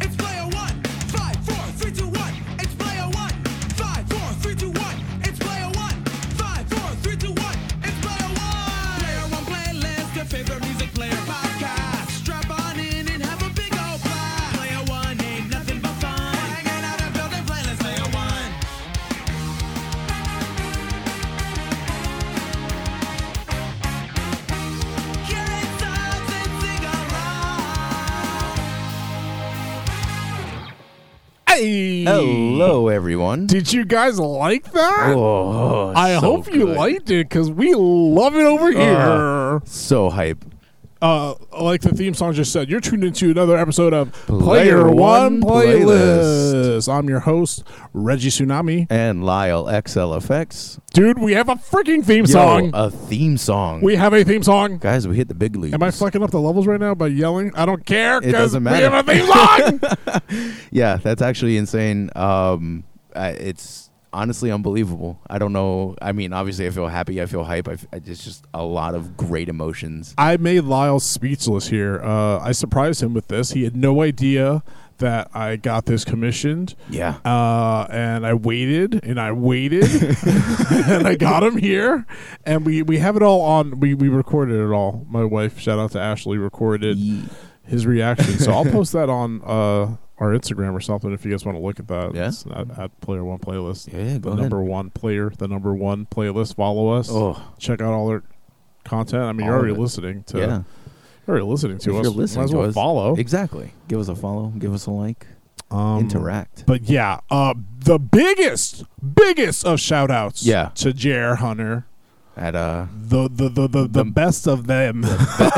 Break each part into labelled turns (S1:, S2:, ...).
S1: It's player one. Five, four, three, two, one. It's player one. Five, four, three, two, one. It's player one. Five, four, three, two, one. It's player one. Player one playlist, your favorite music player podcast. Strap on in and have a big old blast. Player one ain't nothing but fun. Hanging out and building playlist. Player one. Hear it sounds and sing along.
S2: Hey,
S3: Hello, everyone.
S2: Did you guys like that?
S3: Oh,
S2: I
S3: so
S2: hope you
S3: good. Uh-huh.
S2: liked it because we love it over here.
S3: So hype.
S2: Uh, like the theme song just said, you're tuned into another episode of
S3: Player
S2: Player One
S3: One
S2: Playlist. I'm your host, Reggie Tsunami.
S3: And Lyle XLFX.
S2: Dude, we have a freaking theme
S3: Yo,
S2: song.
S3: a theme song.
S2: we have a theme song.
S3: Guys, we hit the big leagues.
S2: Am I fucking up the levels right now by yelling? I don't care
S3: It
S2: because
S3: doesn't
S2: we
S3: matter.
S2: have a theme song.
S3: yeah, that's actually insane. Um, I, it's honestly unbelievable. I don't know. I mean, obviously, I feel happy. I feel hype. I, f- I- it's just a lot of great emotions.
S2: I made Lyle speechless here. Uh, I surprised him with this. He had no idea that I got this commissioned.
S3: Yeah.
S2: Uh, and I waited and I waited and I got him here. And we, we have it all on. We, we recorded it all. My wife, shout out to Ashley, recorded
S3: Ye-
S2: his reaction. So I'll post that on uh, our Instagram or something if you guys want to look at that.
S3: Yeah.
S2: It's at, at Player One Playlist.
S3: Yeah,
S2: the
S3: go ahead.
S2: number one player, the number one playlist. Follow us.
S3: Oh.
S2: Check out all our content. I mean,
S3: All
S2: you're
S3: of
S2: already
S3: it.
S2: listening to
S3: yeah.
S2: you're already listening to
S3: If
S2: us.
S3: you're listening
S2: Might as
S3: to
S2: well
S3: us,
S2: follow.
S3: Exactly. Give us a follow. Give us a like.
S2: Um,
S3: Interact.
S2: But yeah, uh, the biggest, biggest of shout outs
S3: Yeah.
S2: to Jer Hunter.
S3: At uh,
S2: The the, the, the, the best of them. 'Cause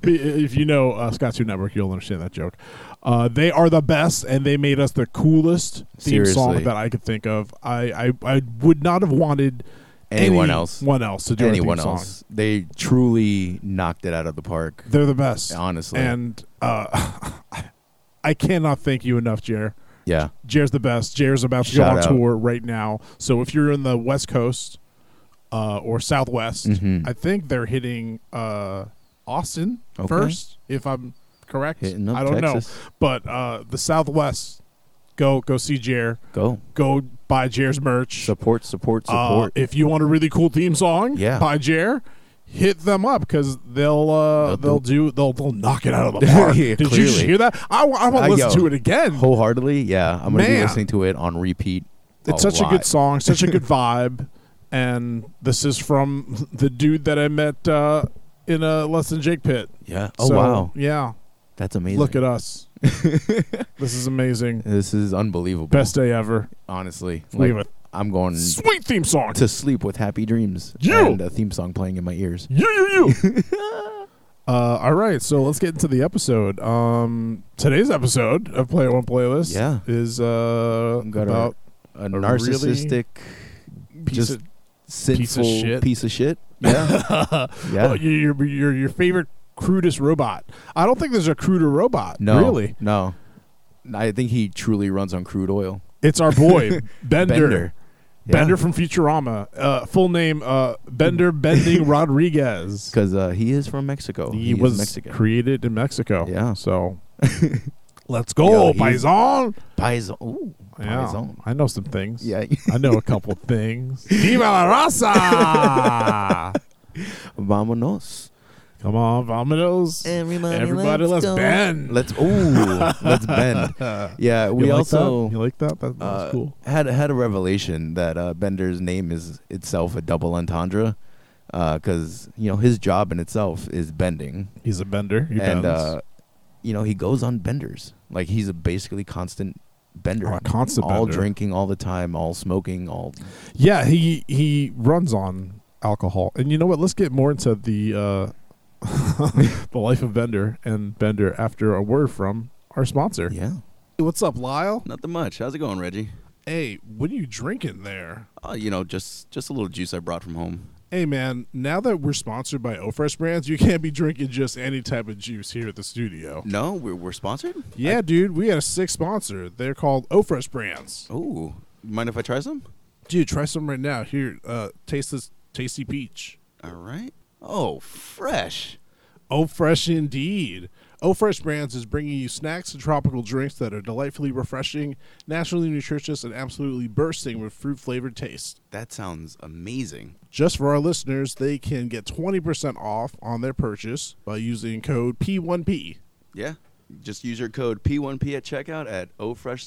S2: the- if you know uh, Scott 2 Network, you'll understand that joke. Uh, they are the best, and they made us the coolest theme song
S3: Seriously.
S2: that I could think of. I, I, I would not have wanted
S3: Anyone else.
S2: One else to do
S3: anyone
S2: our theme
S3: else,
S2: Song.
S3: they truly knocked it out of the park.
S2: They're the best.
S3: Honestly.
S2: And uh, I cannot thank you enough, Jer.
S3: yeah.
S2: Jer's the best. Jer's about to go
S3: Shout
S2: on
S3: out.
S2: tour right now. So if you're in the West Coast uh, or Southwest,
S3: Mhm.
S2: I think they're hitting uh, Austin
S3: Okay.
S2: first, if I'm correct.
S3: Hitting up
S2: I don't
S3: Texas.
S2: know, but uh, the Southwest, go go see Jer.
S3: Go.
S2: Go buy Jer's merch.
S3: Support, support,
S2: Uh,
S3: support.
S2: if you want a really cool theme song
S3: Yeah.
S2: by Jer, hit them up because they'll uh,
S3: They'll do-
S2: they'll do they'll they'll knock it out of the park.
S3: Yeah,
S2: Did you just
S3: clearly.
S2: hear that? I, want
S3: Uh,
S2: to listen
S3: yo,
S2: to it again.
S3: Wholeheartedly, yeah. I'm going to be
S2: Man.
S3: listening to it on repeat.
S2: it's such a
S3: lot.
S2: good song, such a good vibe, and this is from the dude that I met uh, in a less than Jake pit.
S3: Yeah. Oh,
S2: So,
S3: wow.
S2: yeah.
S3: That's amazing.
S2: Look at us. this is amazing.
S3: This is unbelievable.
S2: Best day ever.
S3: honestly.
S2: We
S3: Like,
S2: have a
S3: I'm going
S2: sweet theme song.
S3: to sleep with happy dreams
S2: You!
S3: and a theme song playing in my ears.
S2: You, you, you. uh, all right, so let's get into the episode. Um, today's episode of Player One Playlist
S3: Yeah.
S2: is uh,
S3: Got
S2: about
S3: a, a narcissistic,
S2: piece
S3: just
S2: of- piece
S3: sinful
S2: of shit.
S3: piece of shit. Yeah. yeah.
S2: oh, your, your your your favorite crudest robot. I don't think there's a cruder robot.
S3: no.
S2: really,
S3: No. I think he truly runs on crude oil.
S2: it's our boy Bender. Bender.
S3: Yeah.
S2: from Futurama, uh, full name uh, Bender Bending Rodriguez.
S3: because uh, he is from Mexico.
S2: He,
S3: is
S2: was
S3: Mexican.
S2: created in Mexico.
S3: Yeah.
S2: So let's go,
S3: Yo, he's-
S2: Paizon.
S3: Paisan. Ooh,
S2: Yeah,
S3: Paisan.
S2: I know some things.
S3: Yeah.
S2: I know a couple things. Viva la raza!
S3: Vamonos.
S2: Come on, Vominos.
S3: Everybody,
S2: Everybody, let's
S3: go.
S2: bend.
S3: Let's ooh, let's bend. Yeah,
S2: You
S3: we
S2: like
S3: also
S2: that? you like that? That, that was
S3: uh,
S2: cool.
S3: had had a revelation that uh, Bender's name is itself a double entendre, because you know his job in itself is bending,
S2: He's a bender. He
S3: and
S2: bends.
S3: uh, you know he goes on benders. Like he's a basically constant bender,
S2: Oh, a constant
S3: all
S2: bender.
S3: drinking all the time, all smoking, all
S2: yeah, he he runs on alcohol. And you know what? Let's get more into the uh, the life of Bender and Bender after a word from our sponsor.
S3: yeah.
S2: What's up, Lyle?
S3: Nothing much. How's it going, Reggie?
S2: Hey, what are you drinking there?
S3: Uh, you know, just just a little juice I brought from home.
S2: Hey man, now that we're sponsored by Ofresh Brands, you can't be drinking just any type of juice here at the studio.
S3: No, we're, we're sponsored.
S2: Yeah, dude, we got a sick sponsor. They're called Ofresh Brands.
S3: Ooh, mind if I try some?
S2: Dude, try some right now. Here, uh, taste this tasty peach.
S3: All right. Oh, fresh.
S2: Oh, fresh indeed. Oh, fresh brands is bringing you snacks and tropical drinks that are delightfully refreshing, naturally nutritious, and absolutely bursting with fruit flavored taste.
S3: That sounds amazing.
S2: Just for our listeners, they can get 20% off on their purchase by using code P1P.
S3: Yeah. Just use your code P1P at checkout at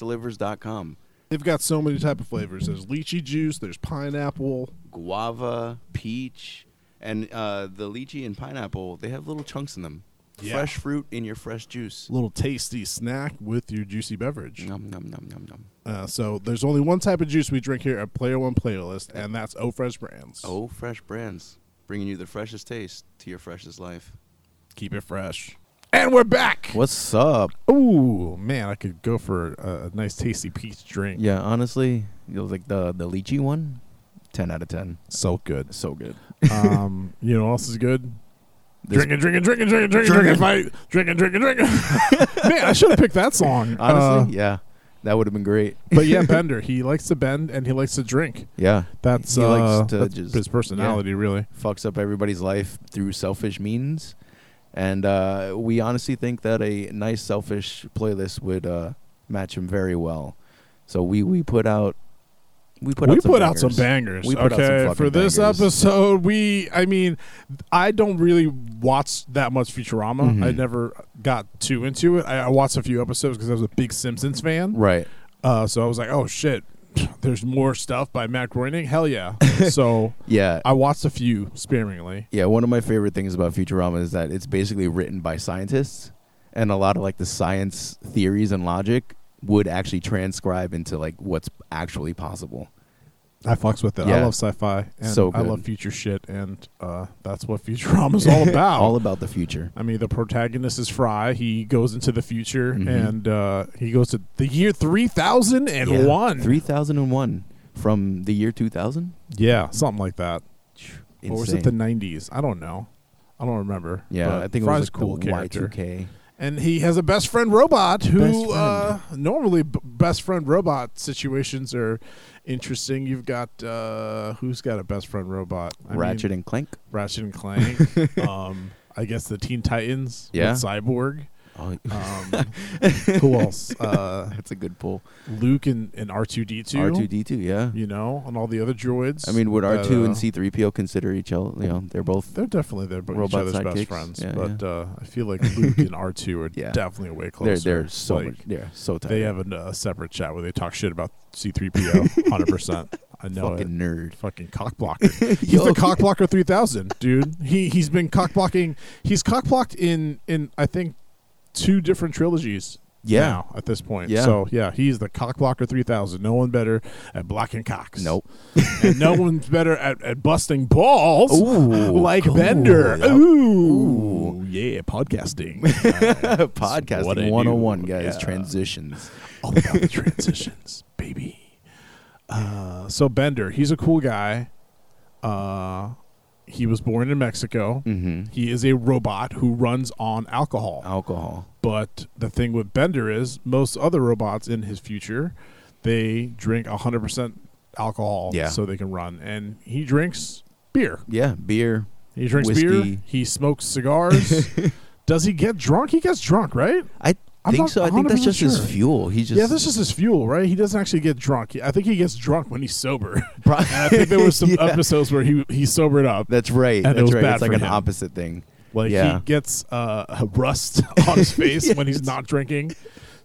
S3: ofreshdelivers.com.
S2: They've got so many type of flavors. There's lychee juice, there's pineapple.
S3: Guava, peach, and uh, the lychee and pineapple, they have little chunks in them.
S2: Yeah.
S3: Fresh fruit in your fresh juice.
S2: Little tasty snack with your juicy beverage.
S3: Nom, nom, nom, nom, nom.
S2: Uh, so there's only one type of juice we drink here at Player One Playlist, and that's O Fresh Brands.
S3: Oh, fresh brands, bringing you the freshest taste to your freshest life.
S2: keep it fresh. And we're back.
S3: What's up?
S2: Ooh, man, I could go for a, a nice tasty peach drink.
S3: Yeah, honestly, you know, like the the lychee one, ten out of ten.
S2: So good.
S3: So good.
S2: um, you know what else is good?
S3: This-
S2: Drinking, drinking, drinking, drinking, drinking, drinking, fight. Drinking, drinking, drinking. man, I should have picked that song. Uh,
S3: Honestly, yeah, that would have been great.
S2: But yeah, Bender, he likes to bend and he likes to drink.
S3: Yeah,
S2: That's,
S3: He
S2: uh,
S3: likes to
S2: that's
S3: just-
S2: his personality, really.
S3: fucks up everybody's life through selfish means, and uh, we honestly think that a nice selfish playlist would uh, match him very well. So we we put out we put
S2: we
S3: out some
S2: put
S3: bangers.
S2: out some bangers.
S3: We put out
S2: okay,
S3: some fucking
S2: for this
S3: bangers.
S2: episode, we I mean, I don't really watch that much Futurama.
S3: Mhm.
S2: I never got too into it. I, I watched a few episodes because I was a big Simpsons fan.
S3: Right.
S2: Uh, so I was like, oh shit, there's more stuff by Matt Groening. Hell yeah! so
S3: Yeah.
S2: I watched a few sparingly.
S3: Yeah, one of my favorite things about Futurama is that it's basically written by scientists, and a lot of like the science theories and logic would actually transcribe into like what's actually possible.
S2: I fucks with it. I
S3: Yeah.
S2: love sci-fi. And
S3: So
S2: I
S3: good.
S2: love future shit, and uh, that's what Futurama's all about.
S3: All about the future.
S2: I mean, the protagonist is Fry. He goes into the future
S3: Mhm.
S2: and uh, he goes to the year 3001. Yeah,
S3: Three thousand and one from the year two thousand.
S2: something like that. Or was it the 90s? I don't know. I don't remember.
S3: yeah,
S2: But
S3: I think it
S2: Fry's
S3: was like
S2: cool
S3: the Y two
S2: character.
S3: K.
S2: And he has a best friend robot who
S3: Best friend.
S2: Uh, normally b- best friend robot situations are interesting. You've got uh, who's got a best friend robot? I
S3: Ratchet
S2: mean,
S3: and Clank.
S2: Ratchet and Clank. um, I guess the Teen Titans. with
S3: Yeah.
S2: Cyborg.
S3: Oh,
S2: Um, who else? Uh,
S3: that's a good pull.
S2: Luke and, and R2D2.
S3: R two D two. Yeah.
S2: You know, and all the other droids.
S3: I mean, would
S2: that,
S3: R two and
S2: uh,
S3: C three PO consider each other? You know, they're both.
S2: They're definitely their each
S3: Robot
S2: other's best
S3: sidekicks?
S2: friends,
S3: Yeah,
S2: but Uh, I feel like Luke and R2 are
S3: Yeah.
S2: definitely way
S3: They're
S2: closer.
S3: they're so
S2: Like,
S3: much, they're so tight.
S2: They have a, a separate chat where they talk shit about C3PO 100%. I know
S3: fucking
S2: it.
S3: nerd.
S2: Fucking cockblocker. He's the cockblocker 3000, dude. He he's been cockblocking. He's cockblocked in in I think two different trilogies.
S3: Yeah.
S2: now at this point.
S3: Yeah.
S2: So yeah, he's the cockblocker 3000. No one better at blocking cocks.
S3: Nope.
S2: and no one's better at, at busting balls
S3: Ooh,
S2: like
S3: cool.
S2: Bender.
S3: Yep.
S2: Ooh, yeah, podcasting. Uh,
S3: Podcasting
S2: what I do.
S3: 101, guys.
S2: Yeah.
S3: Transitions.
S2: all about Oh, the transitions, baby. Uh, so Bender, he's a cool guy. Uh, he was born in Mexico.
S3: Mhm.
S2: He is a robot who runs on alcohol.
S3: Oh. Alcohol.
S2: But the thing with Bender is most other robots in his future, they drink 100% alcohol
S3: Yeah.
S2: so they can run. And he drinks beer.
S3: Yeah, beer.
S2: He drinks beer.
S3: Whiskey.
S2: He smokes cigars. Does he get drunk? He gets drunk, right?
S3: I
S2: I'm
S3: think
S2: not
S3: so. I think that's
S2: 100%
S3: just
S2: sure.
S3: his fuel. He just
S2: yeah, this is his fuel, right? He doesn't actually get drunk. He- I think he gets drunk when he's sober.
S3: Pro-
S2: and I think there were some
S3: Yeah.
S2: episodes where he he sobered up.
S3: That's right.
S2: And it
S3: That's
S2: was
S3: right.
S2: bad
S3: it's like
S2: for
S3: an
S2: him.
S3: opposite thing.
S2: Like
S3: yeah.
S2: he gets uh, a rust on his face when he's not drinking.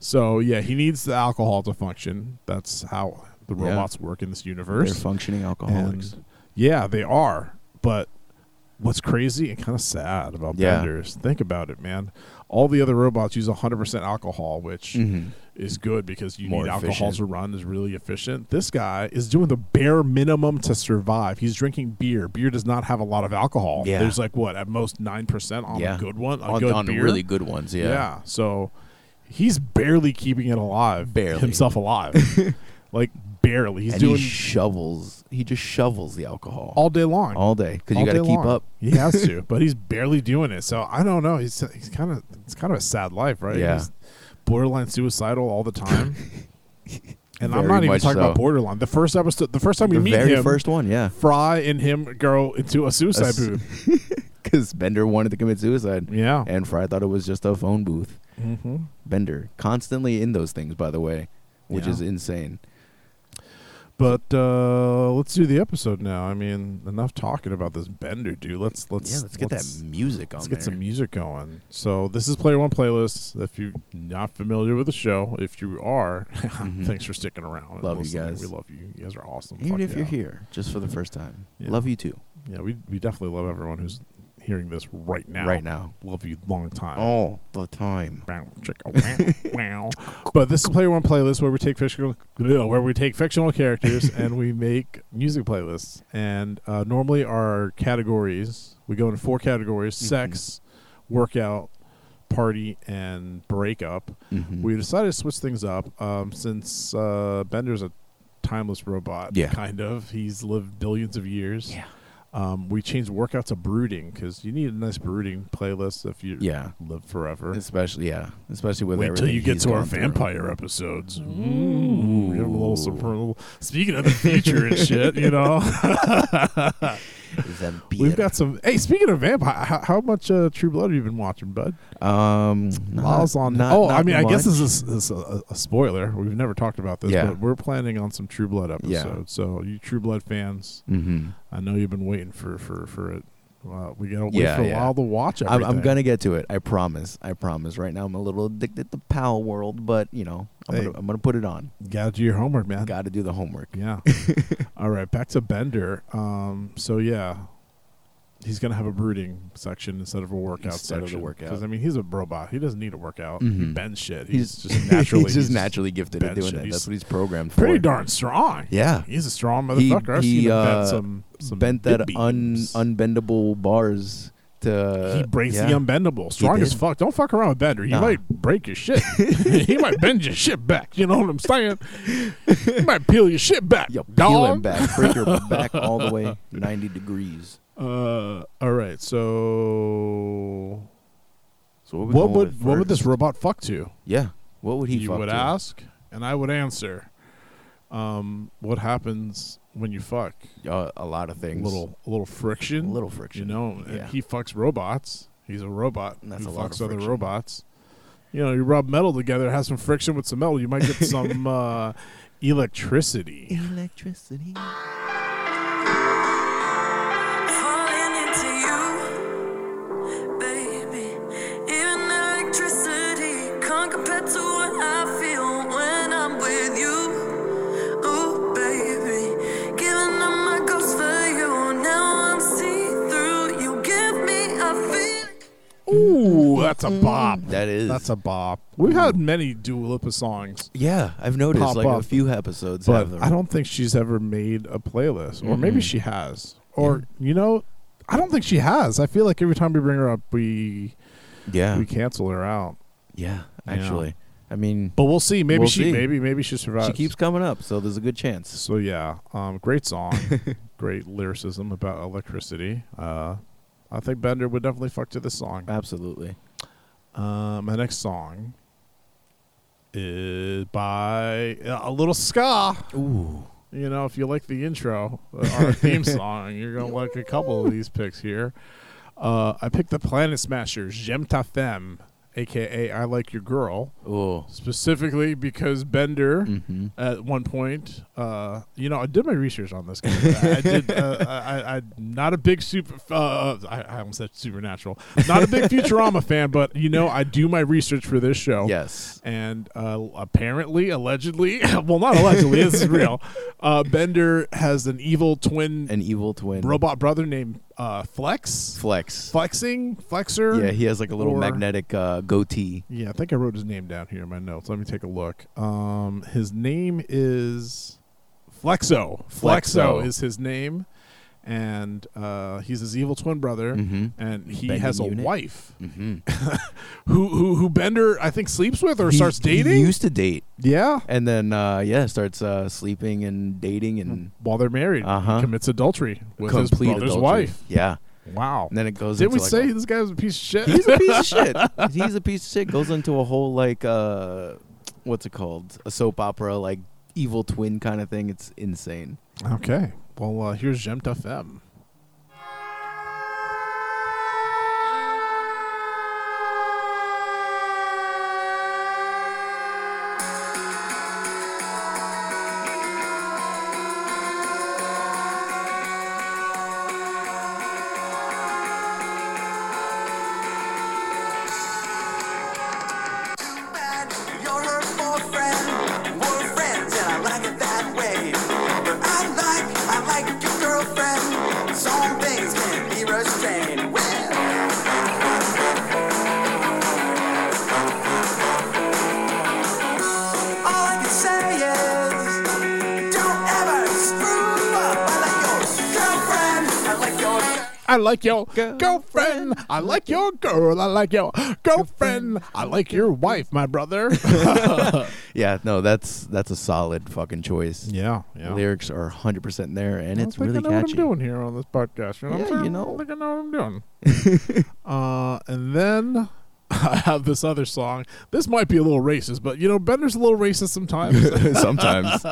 S2: So yeah, he needs the alcohol to function. That's how the
S3: Yeah.
S2: robots work in this
S3: They're
S2: universe.
S3: functioning alcoholics.
S2: And yeah, they are. But what's crazy and kind of sad about
S3: Yeah.
S2: Benders? Think about it, man. All the other robots use 100% alcohol, which
S3: Mhm.
S2: is good because you
S3: More
S2: need alcohol
S3: efficient.
S2: to run is really efficient. This guy is doing the bare minimum to survive. He's drinking beer. Beer does not have a lot of alcohol.
S3: Yeah.
S2: There's like what at most nine percent on
S3: yeah.
S2: a good one, a
S3: on,
S2: good
S3: on
S2: beer.
S3: really good ones. Yeah.
S2: yeah. So he's barely keeping it alive.
S3: Barely.
S2: himself alive. like barely. He's
S3: and
S2: doing
S3: he shovels. He just shovels the alcohol all,
S2: all day long.
S3: day because
S2: All
S3: you got to
S2: day
S3: keep
S2: long.
S3: up.
S2: He has to, but he's barely doing it. So I don't know. He's he's kind of it's kind of a sad life, right?
S3: Yeah.
S2: He's borderline suicidal all the time. and I'm
S3: Very
S2: not even
S3: much
S2: talking about
S3: so.
S2: borderline. The first episode, the first time we
S3: the
S2: meet
S3: very
S2: him,
S3: first one. Yeah.
S2: Fry and him go into a suicide
S3: A su-
S2: booth.
S3: because Bender wanted to commit suicide,
S2: Yeah.
S3: and Fry thought it was just a phone booth.
S2: Mm-hmm.
S3: Bender constantly in those things, by the way, which
S2: Yeah.
S3: is insane.
S2: But uh, let's do the episode now. I mean, enough talking about this Bender, dude. Let's let's
S3: yeah, let's get that music on.
S2: Let's
S3: there.
S2: get some music going. So this is Player One Playlist. If you're not familiar with the show, if you are,
S3: Mhm.
S2: thanks for sticking around. and
S3: Love you
S2: listening.
S3: guys.
S2: We love you. You guys are awesome. Fuck
S3: Even if you're
S2: yeah.
S3: here just for the first time,
S2: Yeah.
S3: love you too.
S2: yeah, we we definitely love everyone who's hearing this right now.
S3: Right now, Oh,
S2: love you long time.
S3: all the time.
S2: Bow,
S3: oh,
S2: chicka, wow, wow. But this is Player One playlist where we take fictional, no, where we take fictional characters and we make music playlists. And uh, normally our categories we go in four categories:
S3: Mhm.
S2: sex, workout, party, and breakup.
S3: Mhm.
S2: We decided to switch things up um, since uh, Bender's a timeless robot.
S3: Yeah.
S2: kind of. He's lived billions of years.
S3: yeah,
S2: Um, we changed workout to brooding because you need a nice brooding playlist if you
S3: yeah,
S2: live forever.
S3: especially yeah, especially with
S2: Wait till
S3: everything
S2: you get
S3: he's
S2: to our
S3: gone through.
S2: vampire episodes. Ooh. We have a little, sur-
S3: Ooh.
S2: little- speaking of the future and shit, you know,
S3: Vampire.
S2: we've got some. Hey, speaking of vampire, how, how much uh, True Blood have you been watching, bud?
S3: um. not-
S2: Miles on.
S3: not-
S2: oh, I
S3: not
S2: mean, I guess
S3: much.
S2: this is, this is a, a spoiler. We've never talked about this,
S3: Yeah.
S2: but we're planning on some True Blood episodes.
S3: Yeah.
S2: So, you True Blood fans,
S3: Mhm.
S2: I know you've been waiting for for for it. Wow, we gotta wait
S3: Yeah,
S2: for a
S3: yeah.
S2: while to watch.
S3: I'm, I'm
S2: everything.
S3: gonna get to it. I promise. I promise. Right now, I'm a little addicted to Pal World, but you know, I'm
S2: Hey.
S3: gonna I'm gonna put it on.
S2: gotta do your homework, man.
S3: Got to do the homework.
S2: Yeah. All right, back to Bender. Um, so yeah, he's gonna have a brooding section instead of a workout
S3: Instead of the
S2: section.
S3: workout.
S2: Because I mean, he's a robot. He doesn't need a workout. He
S3: Mhm.
S2: bends shit. He's,
S3: He's-
S2: just naturally.
S3: he's just naturally gifted at
S2: bad
S3: doing
S2: shit.
S3: that.
S2: He's
S3: That's what he's programmed for.
S2: pretty darn strong.
S3: Yeah.
S2: He's a strong
S3: He-
S2: motherfucker. I've
S3: he,
S2: seen him
S3: uh,
S2: bend some, some
S3: bent that
S2: big
S3: un,
S2: beams.
S3: unbendable bars to.
S2: he breaks
S3: yeah.
S2: the unbendable. Strong as
S3: did.
S2: fuck. Don't fuck around with Bender. He
S3: Nah.
S2: might break your shit. he might bend your shit back. You know what I'm saying? he might peel your shit back.
S3: Yo, peel
S2: dog.
S3: him back. Break your back all the way 90 degrees.
S2: Uh, all right. So,
S3: So we
S2: what
S3: going
S2: would
S3: with
S2: what would this
S3: first?
S2: robot fuck to?
S3: Yeah. What would he
S2: you
S3: fuck
S2: would
S3: to?
S2: ask, and I would answer. Um, what happens when you fuck?
S3: Uh, a lot of things.
S2: Little little
S3: A
S2: friction.
S3: little friction.
S2: You know, and
S3: Yeah.
S2: he fucks robots. He's a robot.
S3: And that's
S2: who
S3: a lot
S2: fucks
S3: of
S2: other
S3: friction.
S2: robots. You know, you rub metal together, it has some friction with some metal. You might get some uh, electricity.
S3: Electricity.
S4: Falling into you, baby. Even electricity can't compare to what I feel when I'm with you. Ooh, baby. Giving up my ghost for you. Now I'm see through. You give me a feeling.
S2: Ooh, that's a bop.
S3: That is.
S2: That's a bop. We've had many Dua Lipa songs
S3: yeah, I've noticed
S2: Pop
S3: like
S2: up.
S3: a few episodes
S2: but
S3: have them.
S2: I don't think she's ever made a playlist, or maybe
S3: Mhm.
S2: she has, or you know, I don't think she has. I feel like every time we bring her up, we
S3: Yeah.
S2: we cancel her out.
S3: yeah,
S2: Yeah.
S3: actually. I mean,
S2: But we'll see. Maybe
S3: We'll
S2: she,
S3: see.
S2: maybe maybe she survives.
S3: she keeps coming up, so there's a good chance.
S2: So yeah, um, great song, great lyricism about electricity. Uh, I think Bender would definitely fuck to this song.
S3: Absolutely.
S2: Uh, my next song is by uh, a little ska.
S3: Ooh.
S2: You know, if you like the intro uh, our theme song, you're gonna like a couple of these picks here. Uh, I picked the Planet Smashers, J'aime ta femme, aka I like your girl,
S3: Ooh.
S2: specifically because Bender
S3: Mm-hmm.
S2: at one point, uh, you know, I did my research on this. Guy. I, I did. Uh, I, I, I'm not a big super. Uh, I, I almost said supernatural. Not a big Futurama fan, but you know, I do my research for this show
S3: Yes.
S2: and uh, apparently, allegedly, well, not allegedly, this is real. Uh, Bender has an evil twin
S3: An evil twin.
S2: robot brother named uh, Flex,
S3: Flex.
S2: flexing, flexer.
S3: Yeah, he has like a little
S2: Or-
S3: magnetic uh, goatee.
S2: Yeah, I think I wrote his name down here in my notes. Let me take a look. Um, his name is Flexo. Flexo
S3: Flexo.
S2: is his name, and uh, he's his evil twin brother,
S3: Mm-hmm.
S2: and he
S3: Bending
S2: has a
S3: unit.
S2: wife
S3: Mm-hmm.
S2: who, who who Bender I think sleeps with or starts dating.
S3: He used to date,
S2: yeah,
S3: and then uh, yeah, starts uh, sleeping and dating and
S2: while they're married,
S3: Uh-huh.
S2: he commits adultery with his
S3: complete
S2: brother's
S3: adultery.
S2: wife.
S3: Yeah,
S2: Wow.
S3: and then it goes.
S2: Didn't
S3: into
S2: we
S3: like
S2: say
S3: a-
S2: this guy was a piece of shit?
S3: he's a piece of shit? He's a piece of shit. Goes into a whole like uh, what's it called? A soap opera like evil twin kind of thing. It's insane.
S2: okay. Well, uh, here's Gemt FM.
S4: Thank
S2: I like your
S3: Girlfriend.
S2: girlfriend. I like your girl. I like your girlfriend. I like your wife, my brother.
S3: Yeah, no, that's that's a solid fucking choice.
S2: yeah, yeah.
S3: Lyrics are 100% there, and
S2: I
S3: it's
S2: think
S3: really
S2: I know
S3: catchy.
S2: what I'm doing here on this podcast. You know what I'm
S3: Yeah, you
S2: saying?
S3: know.
S2: I think I know what I'm doing. uh, and then I have this other song. This might be a little racist, but you know, Bender's a little racist sometimes.
S3: Sometimes.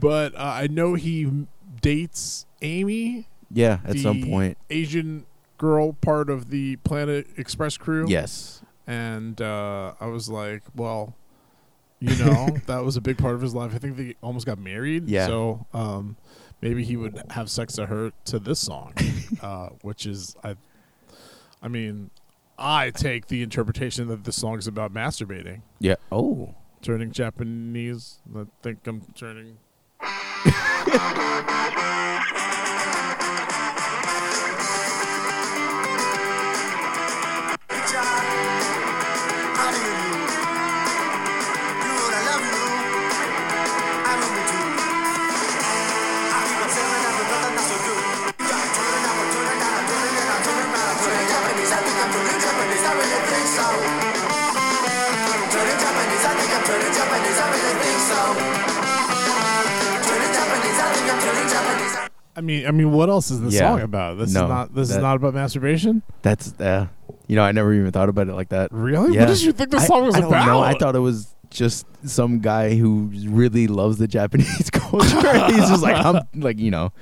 S2: but uh, I know he dates Amy
S3: yeah, at some
S2: the
S3: point.
S2: Asian girl part of the Planet Express crew.
S3: Yes.
S2: and uh, I was like, well, you know, that was a big part of his life. I think they almost got married.
S3: Yeah.
S2: So um, maybe he would have sex to her to this song, uh, which is I, I mean, I take the interpretation that this song is about masturbating,
S3: Yeah. Oh.
S2: turning Japanese. I think I'm turning. I mean, I mean, what else is this
S3: Yeah.
S2: song about? This
S3: No,
S2: is not. This is
S3: that-
S2: not about masturbation.
S3: That's, uh, you know, I never even thought about it like that.
S2: Really?
S3: Yeah.
S2: What did you think this
S3: I-
S2: song was
S3: I don't
S2: about?
S3: Know. I thought it was just some guy who really loves the Japanese culture. and He's just like, I'm like, you know,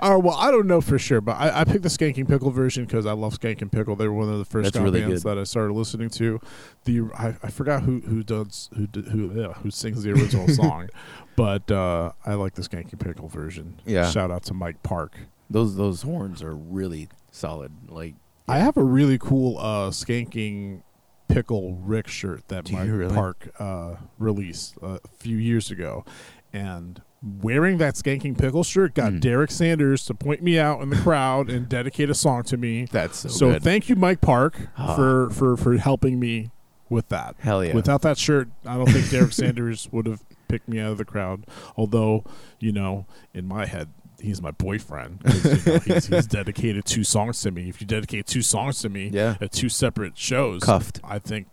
S2: Oh well, I don't know for sure, but I, I picked the Skanking Pickle version because I love Skanking Pickle. They were one of the first
S3: That's
S2: ska
S3: really
S2: bands
S3: good.
S2: that I started listening to. The I, I forgot who who does who d- who yeah, who sings the original song, but uh, I like the Skanking Pickle version.
S3: Yeah.
S2: shout out to Mike Park.
S3: those those horns are really solid. Like,
S2: I have a really cool uh, Skanking Pickle Rick shirt that
S3: Do you
S2: Mike
S3: really?
S2: Park uh, released uh, a few years ago, and. Wearing that skanking pickle shirt got
S3: Mm.
S2: Derek Sanders to point me out in the crowd and dedicate a song to me.
S3: that's so,
S2: So
S3: good.
S2: thank you, Mike Park,
S3: Ah.
S2: for, for for helping me with that.
S3: Hell yeah.
S2: Without that shirt, I don't think Derek Sanders would have picked me out of the crowd. Although, you know, in my head, he's my boyfriend. 'Cause, you know, he's, he's dedicated two songs to me. If you dedicate two songs to me
S3: Yeah.
S2: at two separate shows,
S3: Cuffed.
S2: I think,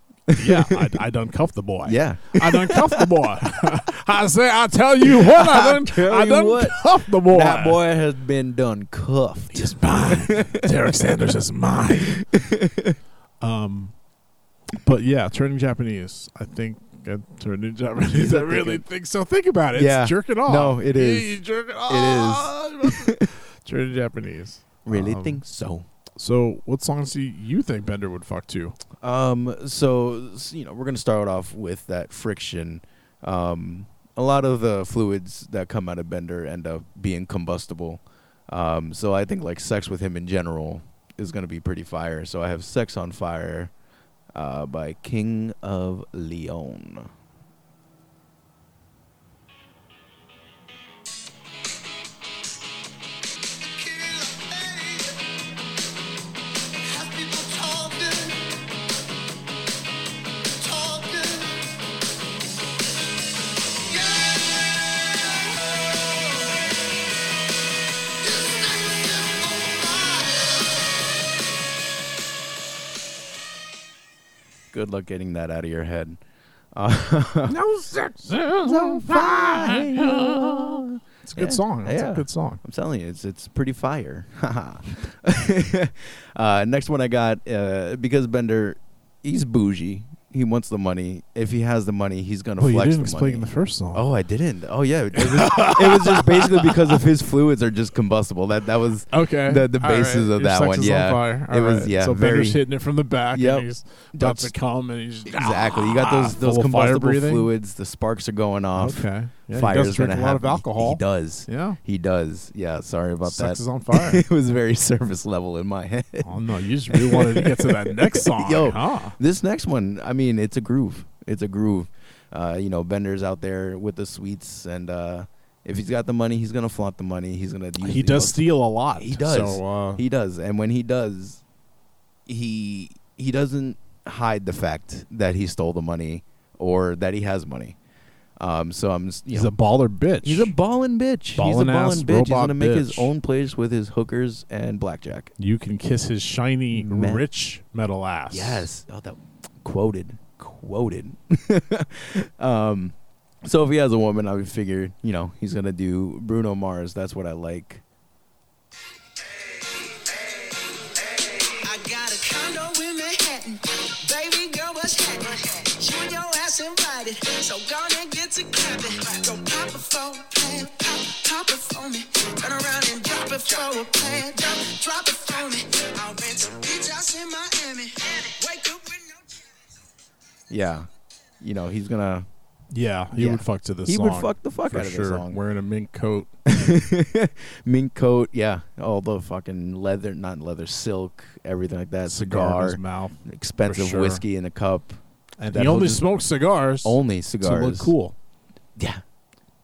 S2: yeah, I, I done cuffed the boy.
S3: yeah.
S2: I done cuffed the boy. I say, I tell you what, I done,
S3: tell
S2: I
S3: you
S2: done
S3: what.
S2: cuffed the boy.
S3: That boy has been done cuffed.
S2: is mine. Derek Sanders is mine. um, but yeah, turning Japanese. I think I turned into Japanese. I really think so. Think about it.
S3: Yeah.
S2: It's jerk it off.
S3: No, it
S2: Yeah,
S3: is.
S2: You jerk it
S3: is.
S2: off. It is. turning Japanese.
S3: Really
S2: Um,
S3: think so.
S2: So, what songs do you think Bender would fuck to?
S3: Um, so s- you know, we're gonna start off with that friction. Um, a lot of the fluids that come out of Bender end up being combustible. Um, so I think like sex with him in general is gonna be pretty fire. So I have "Sex on Fire" uh, by King of Leon. Good luck getting that out of your head.
S2: no sex is on fire. It's a good
S3: Yeah.
S2: song. It's
S3: Yeah.
S2: a good song.
S3: I'm telling you, it's it's pretty fire. uh, next one I got uh, because Bender, he's bougie. He wants the money. If he has the money, he's gonna
S2: Well, Oh, you
S3: flex
S2: didn't
S3: the
S2: explain
S3: money.
S2: the first song.
S3: oh, I didn't. Oh yeah, it was, it was just basically because of his fluids are just combustible. That that was
S2: Okay.
S3: The- the
S2: All right.
S3: basis of
S2: Your
S3: that
S2: sex
S3: one,
S2: is on
S3: yeah.
S2: fire. All
S3: It was,
S2: right.
S3: yeah,
S2: So
S3: very-
S2: Bender's hitting it from the back.
S3: Yep.
S2: And he's about
S3: That's-
S2: to come, and he's just,
S3: exactly. You got
S2: ah,
S3: those those
S2: full of fire
S3: combustible
S2: breathing.
S3: fluids. The sparks are going off.
S2: Okay. Yeah,
S3: Fire's
S2: he does drink a
S3: gonna
S2: lot of
S3: happen. He-
S2: alcohol.
S3: He, does.
S2: Yeah.
S3: He does. Yeah. Sorry about
S2: Sex
S3: that.
S2: is on fire.
S3: it was very surface level in my head.
S2: oh no, you just really wanted to get to that next song,
S3: Yo.
S2: huh?
S3: This next one, I mean, it's a groove. It's a groove. Uh, you know, Bender's out there with the sweets, and uh, if he's got the money, he's gonna flaunt the money. He's gonna. use
S2: He
S3: the
S2: does
S3: most-
S2: steal a lot.
S3: He does.
S2: So, uh,
S3: He does, and when he does, he he doesn't hide the fact that he stole the money or that he has money. Um, so I'm, s- you
S2: He's
S3: know,
S2: a baller bitch.
S3: he's a ballin' bitch. he's a
S2: Ballin' ass
S3: ballin' bitch. He's
S2: robot
S3: gonna make his
S2: bitch.
S3: own place with his hookers and blackjack.
S2: you can kiss his shiny,
S3: Me-
S2: rich metal ass.
S3: Yes. Oh, that quoted, quoted. um, so if he has a woman, I would figure, you know, he's gonna do Bruno Mars. That's what I like.
S5: I got a condo in Manhattan. Baby girl, what's happening? You and your ass invited, so gone and get to clapping. Go pop it for a plan, pop, pop it for me. Turn around and drop it for a plan, drop, drop it for me. I'll rent some beach house in Miami. Wake up with no.
S3: Yeah. You know, he's gonna.
S2: Yeah, he
S3: Yeah.
S2: would fuck to this
S3: He
S2: song.
S3: would fuck the fuck
S2: for
S3: out of this
S2: sure.
S3: song.
S2: Wearing a mink coat.
S3: mink coat, yeah, all the fucking leather, not leather, silk, everything like that.
S2: Cigar, in
S3: Cigar,
S2: his mouth.
S3: expensive
S2: for sure.
S3: whiskey in a cup,
S2: And
S3: That
S2: he
S3: whole
S2: only
S3: just-
S2: smokes cigars.
S3: only
S2: to
S3: cigars.
S2: look cool.
S3: Yeah,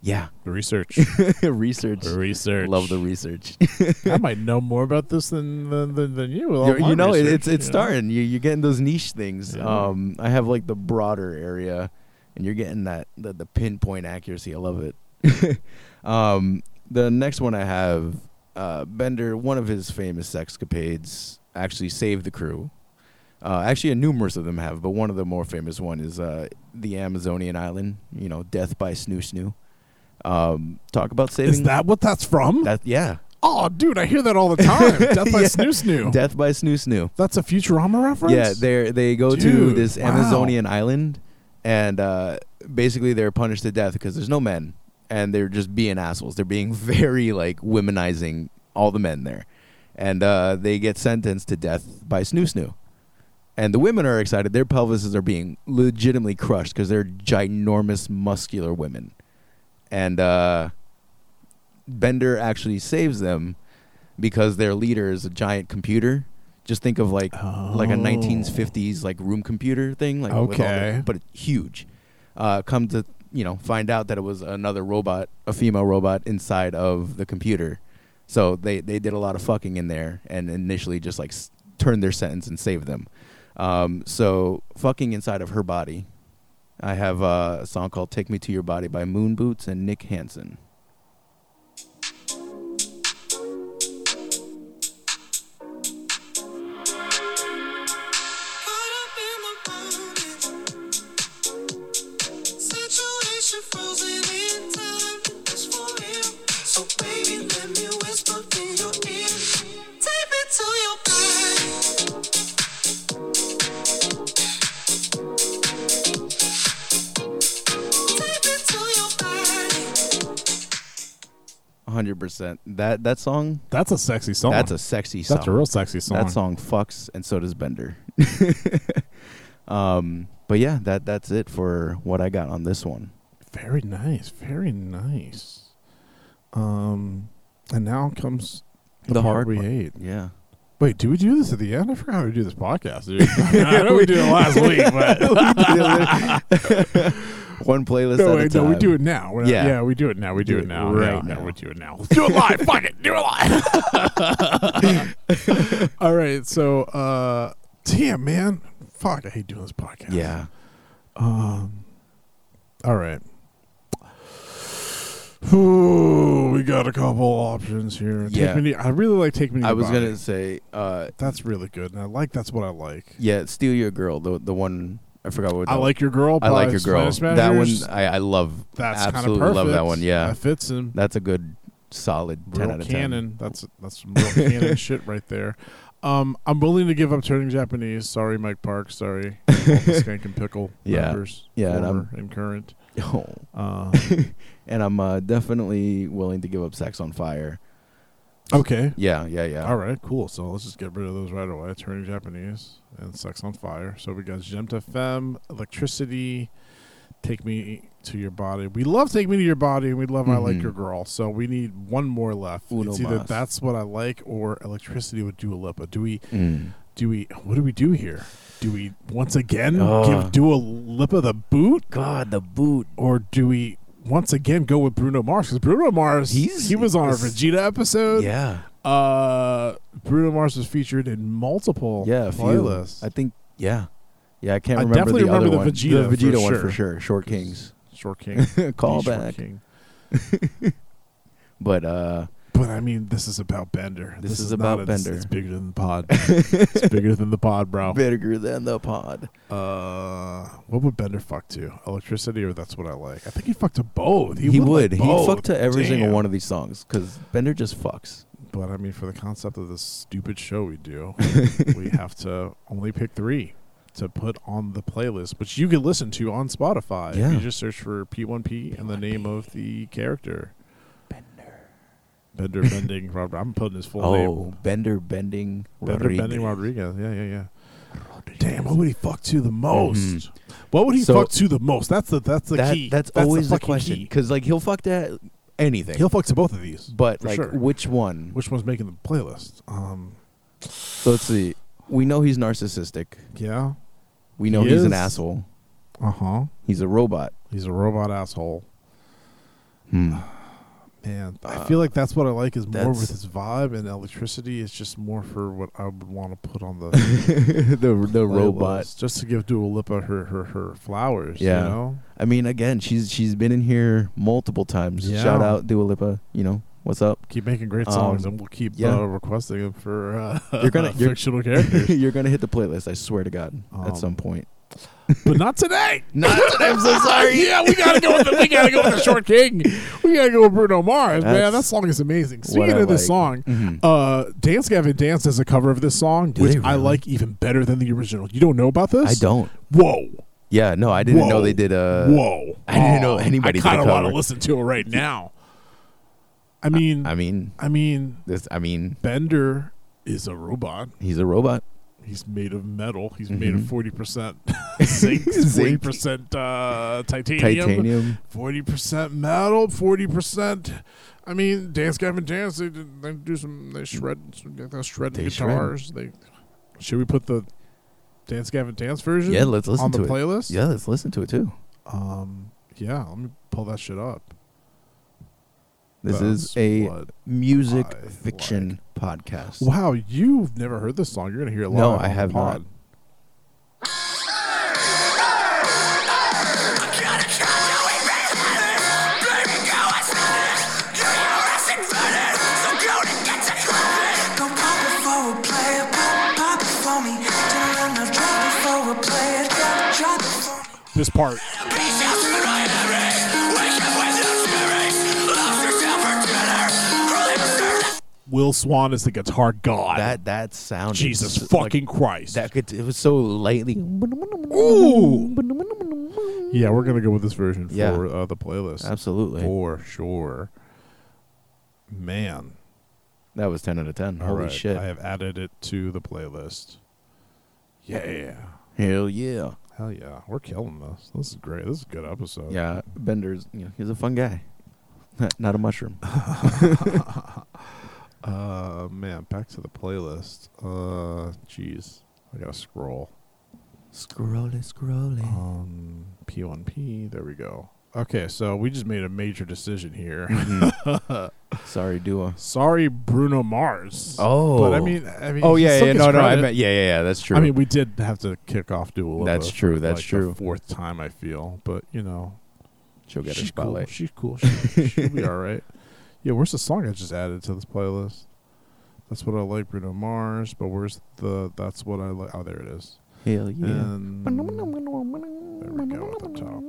S3: yeah.
S2: Research.
S3: research.
S2: research.
S3: Love the research.
S2: I might know more about this than than, than, than you. with all
S3: You're-
S2: my
S3: you know, it,
S2: research,
S3: it's it's
S2: you know?
S3: starting. You you're getting those niche things.
S2: Yeah.
S3: Um, I have like the broader area, and you're getting that the, the pinpoint accuracy. I love it. um, the next one I have, uh, Bender. One of his famous sexcapades actually saved the crew. Uh, actually, numerous of them have, but one of the more famous one is uh, the Amazonian island. You know, death by snoo snoo. Um, talk about saving
S2: Is that what that's from?
S3: that. Yeah,
S2: oh, dude, I hear that all the time. Death by
S3: Yeah.
S2: Snoo Snoo.
S3: death by snoo snoo.
S2: that's a Futurama reference.
S3: Yeah, they they go to
S2: Dude,
S3: this
S2: wow.
S3: Amazonian island, and uh, basically they're punished to death because there's no men, and they're just being assholes. They're being very like womenizing all the men there, and uh, they get sentenced to death by snoo snoo. And the women are excited. Their pelvises are being legitimately crushed because they're ginormous, muscular women, and uh, Bender actually saves them because their leader is a giant computer. Just think of like like a
S2: Oh.
S3: 1950s like room computer thing, like with all the-
S2: Okay.
S3: but huge. Uh, come to you know find out that it was another robot, a female robot inside of the computer. So they they did a lot of fucking in there, and initially just like s- turned their sentence and saved them. Um, so fucking inside of her body. I have uh, a song called "Take Me to Your Body" by Moon Boots and Nick Hansen.
S5: Caught up in the moment. Situation frozen in time. It's for real. So baby, let me whisper in your ear. Take me to your body. Take me to your body.
S3: 100%. That that song,
S2: that's a sexy song.
S3: that's a sexy song.
S2: that's a real sexy song.
S3: That song fucks and so does Bender. um but yeah, that that's it for what I got on this one.
S2: Very nice. Very nice. Um, and now comes the,
S3: The
S2: part
S3: hard
S2: we
S3: part.
S2: hate.
S3: Yeah.
S2: Wait, do we do this at the end? I forgot how we do this podcast, dude. I know we did it last week, but
S3: one playlist
S2: no,
S3: at a
S2: wait,
S3: time.
S2: no, we do it now. We're not-
S3: Yeah.
S2: yeah, we do it now. We do, it now.
S3: right
S2: yeah,
S3: now.
S2: No, we do it now. Let's do it live. Fuck it, do it live. All right, so uh, damn man, fuck, I hate doing this podcast.
S3: Yeah.
S2: All right. Ooh, we got a couple options here. Take
S3: Yeah.
S2: Me to- I really like Take Me. To
S3: I
S2: Your
S3: was
S2: Body.
S3: going to say uh
S2: That's really good, and I like. That's what I like.
S3: yeah, Steal Your Girl, the the one I forgot what
S2: I
S3: that-
S2: like your girl. by
S3: I like your girl.
S2: Smash
S3: That one
S2: Smashers.
S3: I I love.
S2: That's kind of
S3: absolutely
S2: perfect.
S3: love that one. Yeah.
S2: that fits him.
S3: That's a good solid 10
S2: real
S3: out of 10.
S2: canon. That's that's some real canon shit right there. Um, I'm willing to give up turning Japanese. Sorry, Mike Park. Sorry, all the Skank and Pickle
S3: Yeah.
S2: members,
S3: Yeah, and
S2: former and, current.
S3: Oh.
S2: Uh,
S3: and I'm uh, definitely willing to give up sex on fire.
S2: okay,
S3: Yeah, yeah, yeah.
S2: all right, cool. So let's just get rid of those right away. Turning Japanese and Sex on Fire. So we got Gemta Femme, Electricity, Take Me to Your Body. We love Take Me to Your Body, and we love I Like
S3: Mhm.
S2: Your Girl. So we need one more left.
S3: Uno
S2: it's either
S3: mas.
S2: That's What I Like or Electricity with Dua Lipa. Do we?
S3: Mm.
S2: do we what do we do here do we once again
S3: Oh.
S2: give Dua Lipa the boot
S3: God, the boot.
S2: or do we once again go with Bruno Mars because Bruno Mars
S3: He's-
S2: he was on our
S3: he's-
S2: Vegeta episode
S3: Yeah,
S2: uh Bruno Mars was featured in multiple
S3: yeah. A few.
S2: playlists
S3: I think. Yeah, yeah. I can't
S2: I
S3: remember
S2: definitely
S3: the
S2: remember
S3: other
S2: the
S3: one.
S2: Vegeta
S3: the Vegeta
S2: for
S3: one
S2: sure.
S3: for sure. Short Kings.
S2: Short King. The
S3: Call
S2: Short
S3: back.
S2: King.
S3: But uh,
S2: But I mean, this is about Bender.
S3: This is
S2: not-
S3: about
S2: it's-
S3: Bender.
S2: It's bigger than the pod. it's bigger than the pod, bro.
S3: bigger than the pod.
S2: Uh, what would Bender fuck to? Electricity, or that's what I like. I think he fucked to both. He,
S3: He
S2: would.
S3: would.
S2: like
S3: He
S2: both.
S3: fucked to every single
S2: Damn.
S3: one of these songs because Bender just fucks.
S2: But I mean, for the concept of this stupid show we do, we have to only pick three to put on the playlist, which you can listen to on Spotify.
S3: Yeah.
S2: You just search for P1P and the name of the character. Bender. Bender Bending Robert. I'm putting his full name.
S3: Oh, Bender bending.
S2: Bender
S3: Rodriguez.
S2: Bending Rodriguez. Yeah, yeah, yeah. Damn, what would he fuck to the most?
S3: Mhm.
S2: What would he
S3: So-
S2: fuck to the most? That's the that's the
S3: That-
S2: key.
S3: That's, always the
S2: fucking
S3: question
S2: key.
S3: because like he'll fuck that anything.
S2: He'll fuck to both of these,
S3: but
S2: for
S3: like
S2: sure.
S3: which one?
S2: which one's making the playlist? Um,
S3: So let's see. We know he's narcissistic.
S2: yeah.
S3: We know
S2: He
S3: he's
S2: is.
S3: an asshole.
S2: Uh huh.
S3: He's a robot.
S2: He's a robot asshole. Man, I feel like that's what I like is more with
S3: Uh, that's-
S2: his vibe and electricity. It's just more for what I would want to put on the
S3: the the robot.
S2: playlist, just to give Dua Lipa her her, her flowers.
S3: Yeah.
S2: you know?
S3: I mean, again, she's she's been in here multiple times.
S2: Yeah.
S3: Shout out Dua Lipa. You know what's up?
S2: keep making great songs,
S3: Um,
S2: and we'll keep
S3: yeah.
S2: uh, requesting them for uh,
S3: You're gonna- you're-
S2: fictional characters,
S3: You're gonna hit the playlist. I swear to God,
S2: Um,
S3: at some point.
S2: but not today.
S3: Not that I'm so sorry.
S2: yeah, we gotta go with the we gotta go with the short king. We gotta go with Bruno Mars, man.
S3: That's
S2: That song is amazing.
S3: what
S2: Speaking
S3: I
S2: of this
S3: like.
S2: song,
S3: Mhm.
S2: uh, Dance Gavin Dance does a cover of this song,
S3: Do
S2: which
S3: they
S2: I
S3: really?
S2: like even better than the original. You don't know about this?
S3: I don't.
S2: Whoa.
S3: Yeah, no, I didn't know they did uh, a.
S2: Whoa!
S3: I didn't know
S2: Oh,
S3: anybody
S2: I
S3: did a
S2: kind of want to
S3: cover.
S2: listen to it right now. I mean,
S3: I mean,
S2: I mean,
S3: this. I mean,
S2: Bender is a robot.
S3: he's a robot.
S2: He's made of metal. He's made of forty percent zinc, forty
S3: Mm-hmm. Zinc.
S2: percent uh, titanium,
S3: Titanium.
S2: forty percent metal, forty percent. I mean, Dance Gavin Dance. They, did- they do some. They shred. They shred
S3: They shred.
S2: guitars. They should we put the Dance Gavin Dance version?
S3: Yeah, let's listen
S2: Mm-hmm. on
S3: to
S2: the
S3: it.
S2: playlist.
S3: Yeah, let's listen to it too.
S2: Um. Yeah. Let me pull that shit up.
S3: This
S2: That's
S3: is a
S2: what
S3: music
S2: I
S3: fiction podcast.
S2: Wow, you've never heard this song. You're gonna hear it live.
S3: No,
S2: on
S3: I
S2: the
S3: have not.
S2: pod.
S4: Go pop it for a play it, pop, pop it for me. Turn around now, drop it for a play it, drop, drop it for me.
S2: This part. Will Swan is the guitar god.
S3: That that sound.
S2: Jesus
S3: is, like,
S2: fucking Christ.
S3: that could. It was so lightly.
S2: Ooh. Yeah, we're gonna go with this version
S3: Yeah.
S2: for uh, the playlist.
S3: Absolutely.
S2: for sure. Man,
S3: That was ten out of ten.
S2: All
S3: Holy
S2: right,
S3: shit.
S2: I have added it to the playlist. Yeah,
S3: Hell yeah.
S2: hell yeah, we're killing this. This is great. This is a good episode.
S3: Yeah, Bender's. You know, he's a fun guy. Not a mushroom.
S2: Uh, man, back to the playlist. Uh, jeez, I gotta scroll.
S3: Scrolling, scrolling.
S2: Um, P1P. There we go. Okay, so we just made a major decision here.
S3: Oh, Sorry, Dua.
S2: Sorry, Bruno Mars.
S3: Oh.
S2: but I mean, I mean,
S3: Oh
S2: he
S3: yeah,
S2: still
S3: yeah,
S2: gets
S3: no, no, I
S2: credit.
S3: meant yeah, yeah, yeah. That's true.
S2: I mean, we did have to kick off Dua Lipa
S3: That's true,
S2: for,
S3: that's
S2: like, the
S3: true.
S2: fourth time, I feel, but you know,
S3: she'll get her
S2: she's cool.
S3: spotlight.
S2: She's cool. She, she'll be all right. Yeah, where's the song I just added to this playlist? That's what I like, Bruno Mars. But where's the? That's what I like. Oh, there it is.
S3: Hell yeah.
S2: And there we go at the top.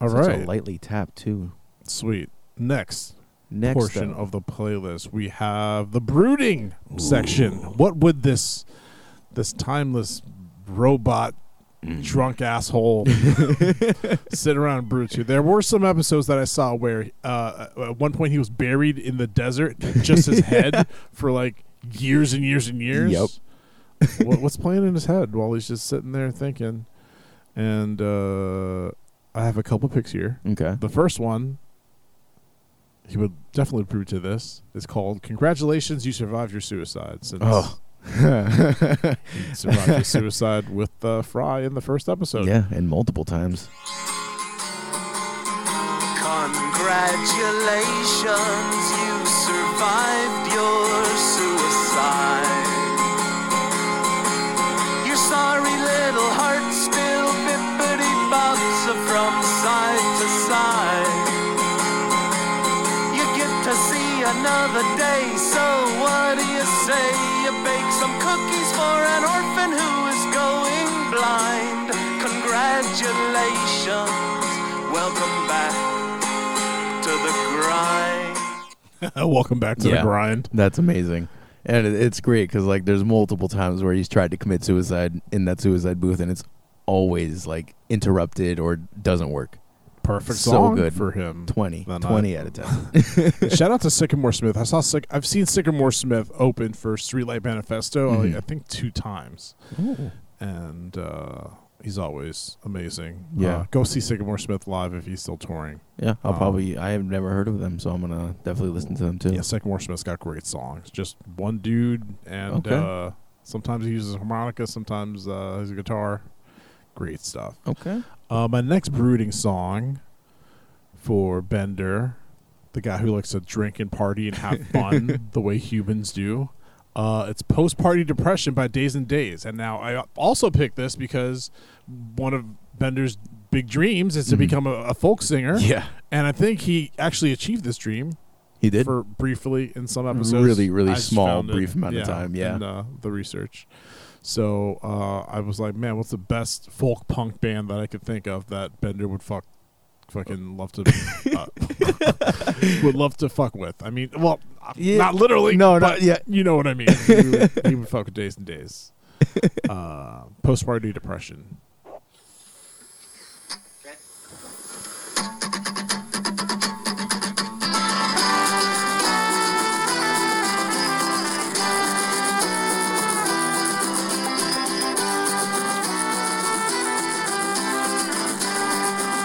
S2: All
S3: Such a
S2: right,
S3: lightly tapped too.
S2: sweet. Next,
S3: Next
S2: portion
S3: though.
S2: of the playlist, we have the brooding section. What would this this timeless robot drunk asshole sit around and brew to? There were some episodes that I saw where uh, at one point he was buried in the desert, just his head for like years and years and years. Yep. what, what's playing in his head while he's just sitting there thinking? And uh, I have a couple picks here.
S3: Okay.
S2: The first one, he would definitely prove to this, is called Congratulations, You Survived Your Suicide. Since
S3: Oh.
S2: he survived your suicide with uh, Fry in the first episode.
S3: yeah, and multiple times.
S5: Congratulations, you survived your suicide. Your sorry little heart still bippity bops from
S4: for an orphan who is going blind. Congratulations, welcome back to the grind.
S2: Welcome back to the grind.
S3: That's amazing. And it, it's great because like there's multiple times where he's tried to commit suicide in that suicide booth, and it's always like interrupted or doesn't work.
S2: Perfect
S3: So
S2: song
S3: good.
S2: for him.
S3: 20,
S2: Then I-
S3: 20 out of ten.
S2: Shout out to Sycamore Smith. I saw Syc- I've seen Sycamore Smith open for Streetlight Manifesto. uh,
S3: Mhm.
S2: I think two times, and uh, he's always amazing.
S3: Yeah.
S2: Uh, go see Sycamore Smith live if he's still touring.
S3: yeah, I'll
S2: Um,
S3: probably. I have never heard of them, so I'm gonna definitely listen to them too.
S2: Yeah, Sycamore Smith's got great songs. Just one dude, and
S3: Okay.
S2: uh, sometimes he uses harmonica, sometimes uh, his guitar. Great stuff.
S3: Okay.
S2: Uh, my next brooding song for Bender, the guy who likes to drink and party and have fun the way humans do. Uh, it's Post Party Depression by Days and Days. And now I also picked this because one of Bender's big dreams is to become a, a folk singer.
S3: Mm-hmm. Yeah.
S2: And I think he actually achieved this dream
S3: He did.
S2: for briefly in some episodes.
S3: Really, really
S2: I just
S3: small,
S2: found
S3: brief amount of time, yeah.
S2: in, uh, the research. So uh, I was like, man, what's the best folk punk band that I could think of that Bender would fuck, fucking love to, uh, would love to fuck with? I mean, well, uh,
S3: Yeah.
S2: not literally.
S3: No,
S2: but
S3: not yet.
S2: You know what I mean? He would, he would fuck with days and days. Uh, Postparty depression.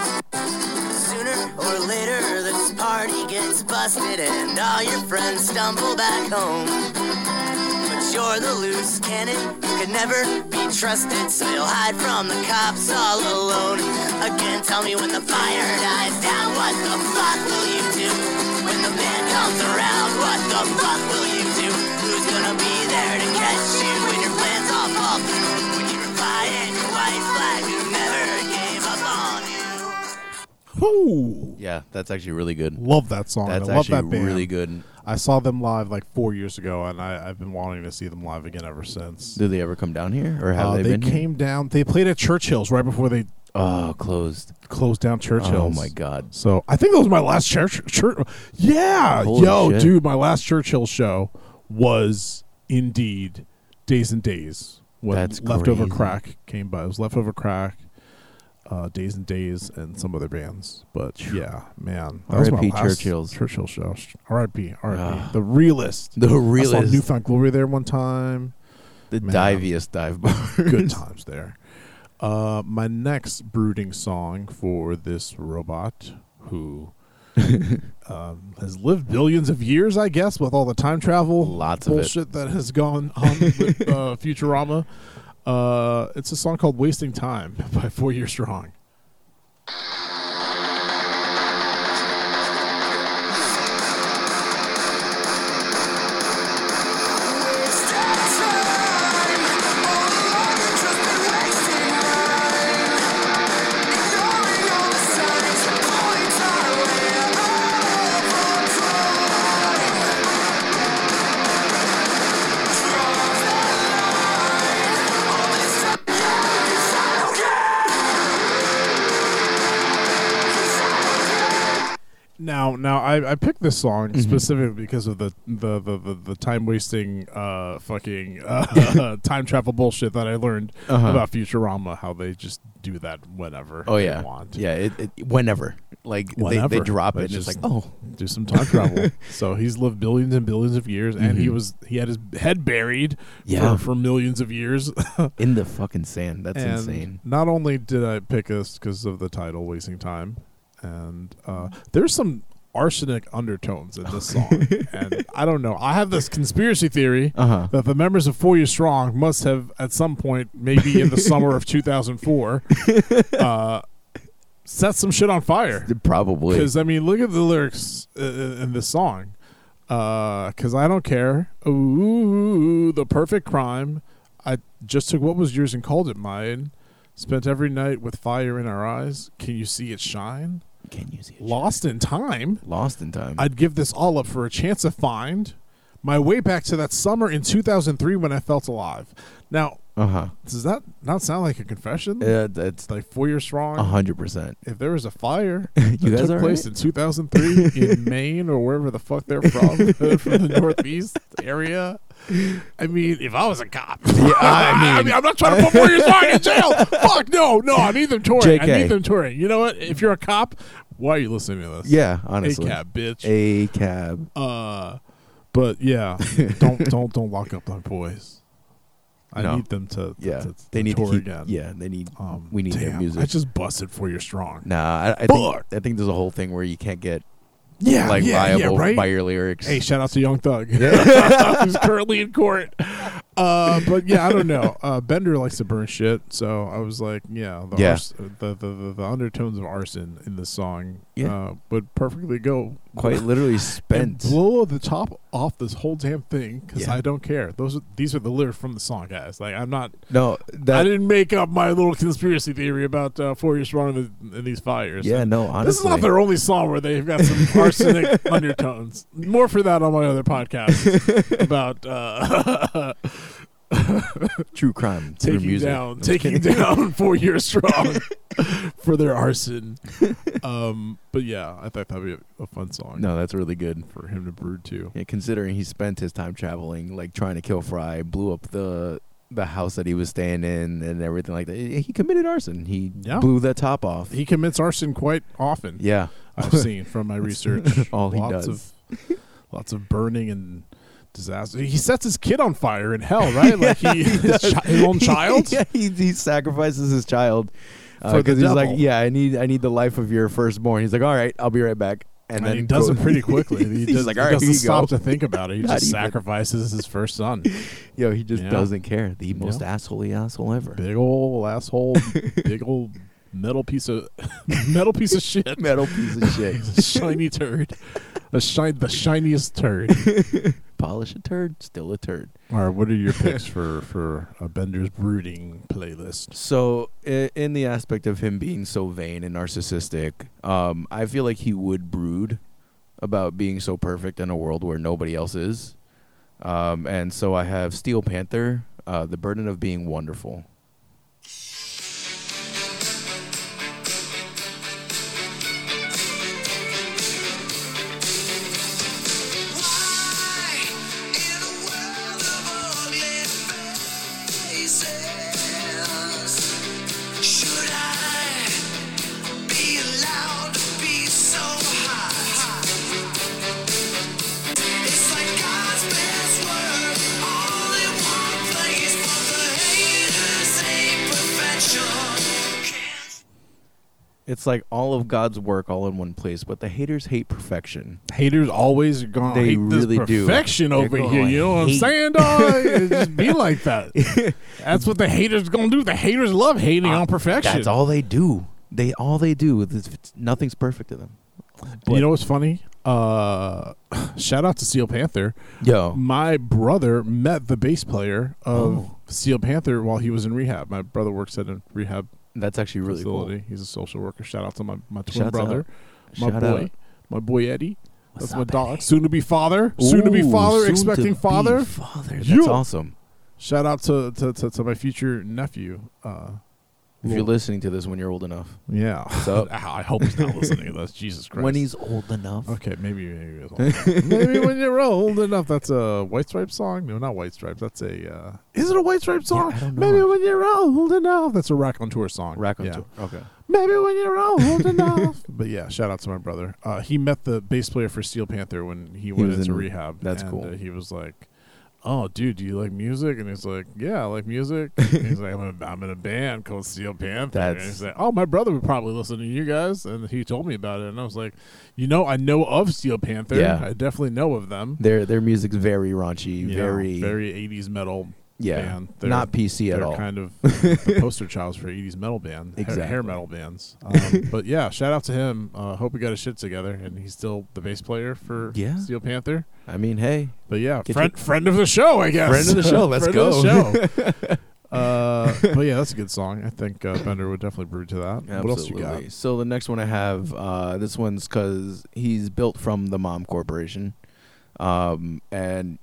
S5: Sooner or later, this party gets busted and all your friends stumble back home. But you're the loose cannon, you can never be trusted, so you'll hide from the cops all alone. Again, tell me when the fire dies down, what the fuck will you do? When the band comes around, what the fuck will you do? Who's gonna be there to catch you when your plans all fall through? When you reply in your white flag, who never gave up on you?
S2: Whoo!
S3: Yeah, that's actually really good.
S2: Love that song.
S3: That's
S2: I love
S3: actually
S2: that band.
S3: really good.
S2: I saw them live like four years ago, and I, I've been wanting to see them live again ever since.
S3: Do they ever come down here, or have
S2: Uh,
S3: they,
S2: they
S3: been here?
S2: came down. They played at Churchill's right before they
S3: Oh, closed.
S2: closed down Churchill's.
S3: Oh my God.
S2: So I think that was my last church. church yeah,
S3: Holy
S2: yo,
S3: shit.
S2: dude, my last Churchill show was indeed Days and Days when
S3: That's
S2: Leftover
S3: crazy.
S2: Crack came by. It was Leftover Crack, uh, Days and Days, and some other bands. But yeah, man, that was my
S3: R.I.P.
S2: last
S3: Churchill's.
S2: Churchill show. Sh- R.I.P. R.I.P.
S3: Ah.
S2: the realist.
S3: The
S2: I saw
S3: realest,
S2: Newfound Glory there one time.
S3: the
S2: Man.
S3: diviest dive bar.
S2: good times there. Uh, my next brooding song for this robot who um, has lived billions of years, I guess, with all the time travel
S3: Lots of it.
S2: bullshit that has gone on with uh, Futurama. Uh, it's a song called "Wasting Time" by Four Year Strong. Now, now I, I picked this song
S3: Mm-hmm.
S2: specifically because of the the the, the, the time wasting, uh, fucking uh, time travel bullshit that I learned
S3: Uh-huh.
S2: about Futurama. How they just do that whenever.
S3: Oh
S2: they
S3: yeah,
S2: want.
S3: yeah. It, it, whenever, like They,
S2: Whenever.
S3: they drop
S2: They
S3: it, and it's like,
S2: just-
S3: oh,
S2: do some time travel. so he's lived billions and billions of years, and he
S3: Mhm.
S2: was he had his head buried
S3: Yeah.
S2: for, for millions of years.
S3: in the fucking sand. That's
S2: and
S3: insane.
S2: Not only did I pick this because of the title, wasting time, and uh, there's some arsenic undertones in this song, and I don't know. I have this conspiracy theory.
S3: Uh-huh.
S2: That the members of Four Year Strong must have, at some point, maybe in the summer of 2004, uh, set some shit on fire.
S3: Probably.
S2: Because I mean, look at the lyrics uh, in this song. Because I don't care. Ooh, the perfect crime. I just took what was yours and called it mine. Spent every night with fire in our eyes. Can you see it shine?
S3: Can you see it?
S2: Lost in time.
S3: Lost in time.
S2: I'd give this all up for a chance to find my way back to that summer in 2003 when I felt alive. Now,
S3: Uh huh.
S2: does that not sound like a confession?
S3: That's
S2: It's like four years strong.
S3: hundred percent.
S2: If there was a fire
S3: You
S2: that
S3: guys
S2: took
S3: all
S2: place
S3: right?
S2: in 2003 in Maine or wherever the fuck they're from, uh, from the Northeast area, I mean, if I was a cop, yeah,
S3: I mean-
S2: I'm not trying to put four years strong in jail. Fuck no, no, I need them touring. I
S3: JK.
S2: need them touring. You know what? If you're a cop, why are you listening to this?
S3: Yeah, honestly.
S2: ACAB, bitch.
S3: A cab.
S2: Uh, but yeah, don't don't don't lock up my boys. I
S3: No.
S2: need them to
S3: Yeah,
S2: to- to
S3: they need
S2: tour
S3: to keep,
S2: again.
S3: Yeah, they need.
S2: Um,
S3: we need their
S2: damn,
S3: music.
S2: I just busted for your strong.
S3: nah, I, I think
S2: Fuck.
S3: I think there's a whole thing where you can't get
S2: Yeah,
S3: like
S2: yeah, yeah,
S3: liable
S2: right?
S3: by your lyrics.
S2: Hey, shout out to Young Thug, who's currently in court. Uh, but yeah, I don't know. Uh, Bender likes to burn shit, so I was like, yeah, the
S3: Yeah.
S2: ars- the, the, the the undertones of arson in this song
S3: Yeah.
S2: uh, would perfectly go
S3: Quite literally
S2: and
S3: spent.
S2: blow the top off this whole damn thing because
S3: Yeah.
S2: I don't care. Those are, these are the lyrics from the song, guys. Like I'm not.
S3: No,
S2: I
S3: that
S2: didn't make up my little conspiracy theory about uh, four years wrong in, in these fires.
S3: Yeah,
S2: And
S3: no,
S2: this is not
S3: honestly.
S2: their only song where they've got some arsenic undertones. More for that on my other podcast about uh,
S3: true crime. through
S2: taking
S3: music.
S2: down taking down four years strong for their arson. Um, but yeah, I thought that'd be a, a fun song.
S3: No, that's really good.
S2: for him to brood to.
S3: Yeah, considering he spent his time traveling, like trying to kill Fry, blew up the the house that he was staying in, and everything like that. He he committed arson. He
S2: Yeah.
S3: blew the top off.
S2: He commits arson quite often.
S3: yeah,
S2: I've seen from my research.
S3: all he
S2: lots
S3: does.
S2: Of, lots of burning and disaster. He sets his kid on fire in hell, right? Like he, his, chi- his own child.
S3: yeah, he, he sacrifices his child
S2: For the
S3: because he's like,
S2: devil.
S3: yeah, I need I need the life of your firstborn. He's like, all right, I'll be right back,
S2: And,
S3: and then
S2: he does
S3: go-
S2: it pretty quickly. He
S3: he's
S2: does,
S3: like,
S2: he
S3: all right,
S2: doesn't
S3: here you
S2: stop
S3: go.
S2: to think about it. He
S3: Not
S2: just
S3: even.
S2: sacrifices his first son.
S3: Yo, he just
S2: Yeah.
S3: doesn't care. The most
S2: Yeah.
S3: assholey asshole ever.
S2: Big old asshole. big old metal piece of metal piece of shit.
S3: Metal piece of shit.
S2: Shiny turd. The shine the shiniest turd.
S3: Polish a turd, still a turd.
S2: All right, what are your picks for for a Bender's brooding playlist?
S3: So, i- in the aspect of him being so vain and narcissistic, um, I feel like he would brood about being so perfect in a world where nobody else is. Um, and so I have Steel Panther, uh, The Burden of Being Wonderful.
S5: Why in a world of ugly faces should I be allowed to be so high? It's like God's best word, all in one place, but the haters ain't perfection.
S3: It's like all of God's work all in one place, but the haters hate perfection.
S2: Haters always are gonna
S3: They
S2: hate
S3: really
S2: this
S3: do.
S2: perfection
S3: They're
S2: over here.
S3: gonna
S2: You know what I'm
S3: hate.
S2: saying, dog? It just be like that. That's what the haters gonna do. The haters love hating on perfection.
S3: Ah, That's all they do. They all they do is it's- nothing's perfect to them.
S2: You know what's funny? Uh, shout out to Steel Panther.
S3: Yo,
S2: My brother met the bass player of
S3: Oh.
S2: Steel Panther while he was in rehab. My brother works at a rehab
S3: that's actually really
S2: facility.
S3: cool.
S2: He's a social worker. Shout out to my, my twin
S3: Shouts
S2: brother,
S3: out.
S2: my
S3: Shout
S2: boy,
S3: out.
S2: my boy Eddie.
S3: What's
S2: That's my
S3: up,
S2: dog.
S3: Eddie?
S2: Soon to be father. soon to be
S3: Ooh,
S2: father.
S3: soon to
S2: Expecting
S3: be
S2: father.
S3: father. That's
S2: You-
S3: awesome.
S2: Shout out to, to, to, to my future nephew. Uh,
S3: If you're listening to this when you're old enough.
S2: yeah.
S3: up?
S2: I hope he's not listening to this. Jesus Christ. Oh,
S3: When he's old enough.
S2: Okay, maybe maybe, it was- maybe when you're old enough. That's a White Stripes song. No, not White Stripes. That's a. Uh, is it a White Stripes
S3: Yeah,
S2: song?
S3: I don't know.
S2: Maybe when you're old enough. That's a Rock on Tour song.
S3: Rack on
S2: Yeah.
S3: tour. Okay.
S2: Maybe when you're old enough. but yeah, shout out to my brother. Uh, he met the bass player for Steel Panther when he went
S3: was
S2: into
S3: in-
S2: rehab.
S3: that's
S2: and,
S3: cool.
S2: uh, he was like, "Oh, dude, do you like music?" And he's like, "Yeah, I like music." And he's like, I'm, a, "I'm in a band called Steel Panther." and
S3: That's-
S2: he's like, "Oh, my brother would probably listen to you guys," and he told me about it, and I was like, "You know, I know of Steel Panther.
S3: Yeah.
S2: I definitely know of them.
S3: Their their music's very raunchy,
S2: Yeah,
S3: very
S2: very 80s metal."
S3: yeah,
S2: band. They're-
S3: not PC at
S2: they're
S3: all.
S2: kind of the poster childs for 80s metal band, ha- hair
S3: Exactly.
S2: metal bands. Um, but yeah, shout out to him. Uh, hope he got his shit together, and he's still the bass player for
S3: Yeah.
S2: Steel Panther.
S3: I mean, hey,
S2: But yeah,
S3: Get
S2: friend
S3: your-
S2: friend of the show, I guess.
S3: Friend of the show, let's
S2: Friend of the show. uh, but yeah, that's a good song. I think uh, Bender would definitely brew to that. What else you got?
S3: absolutely. So the next one I have, uh, this one's because he's built from the Mom Corporation, um, and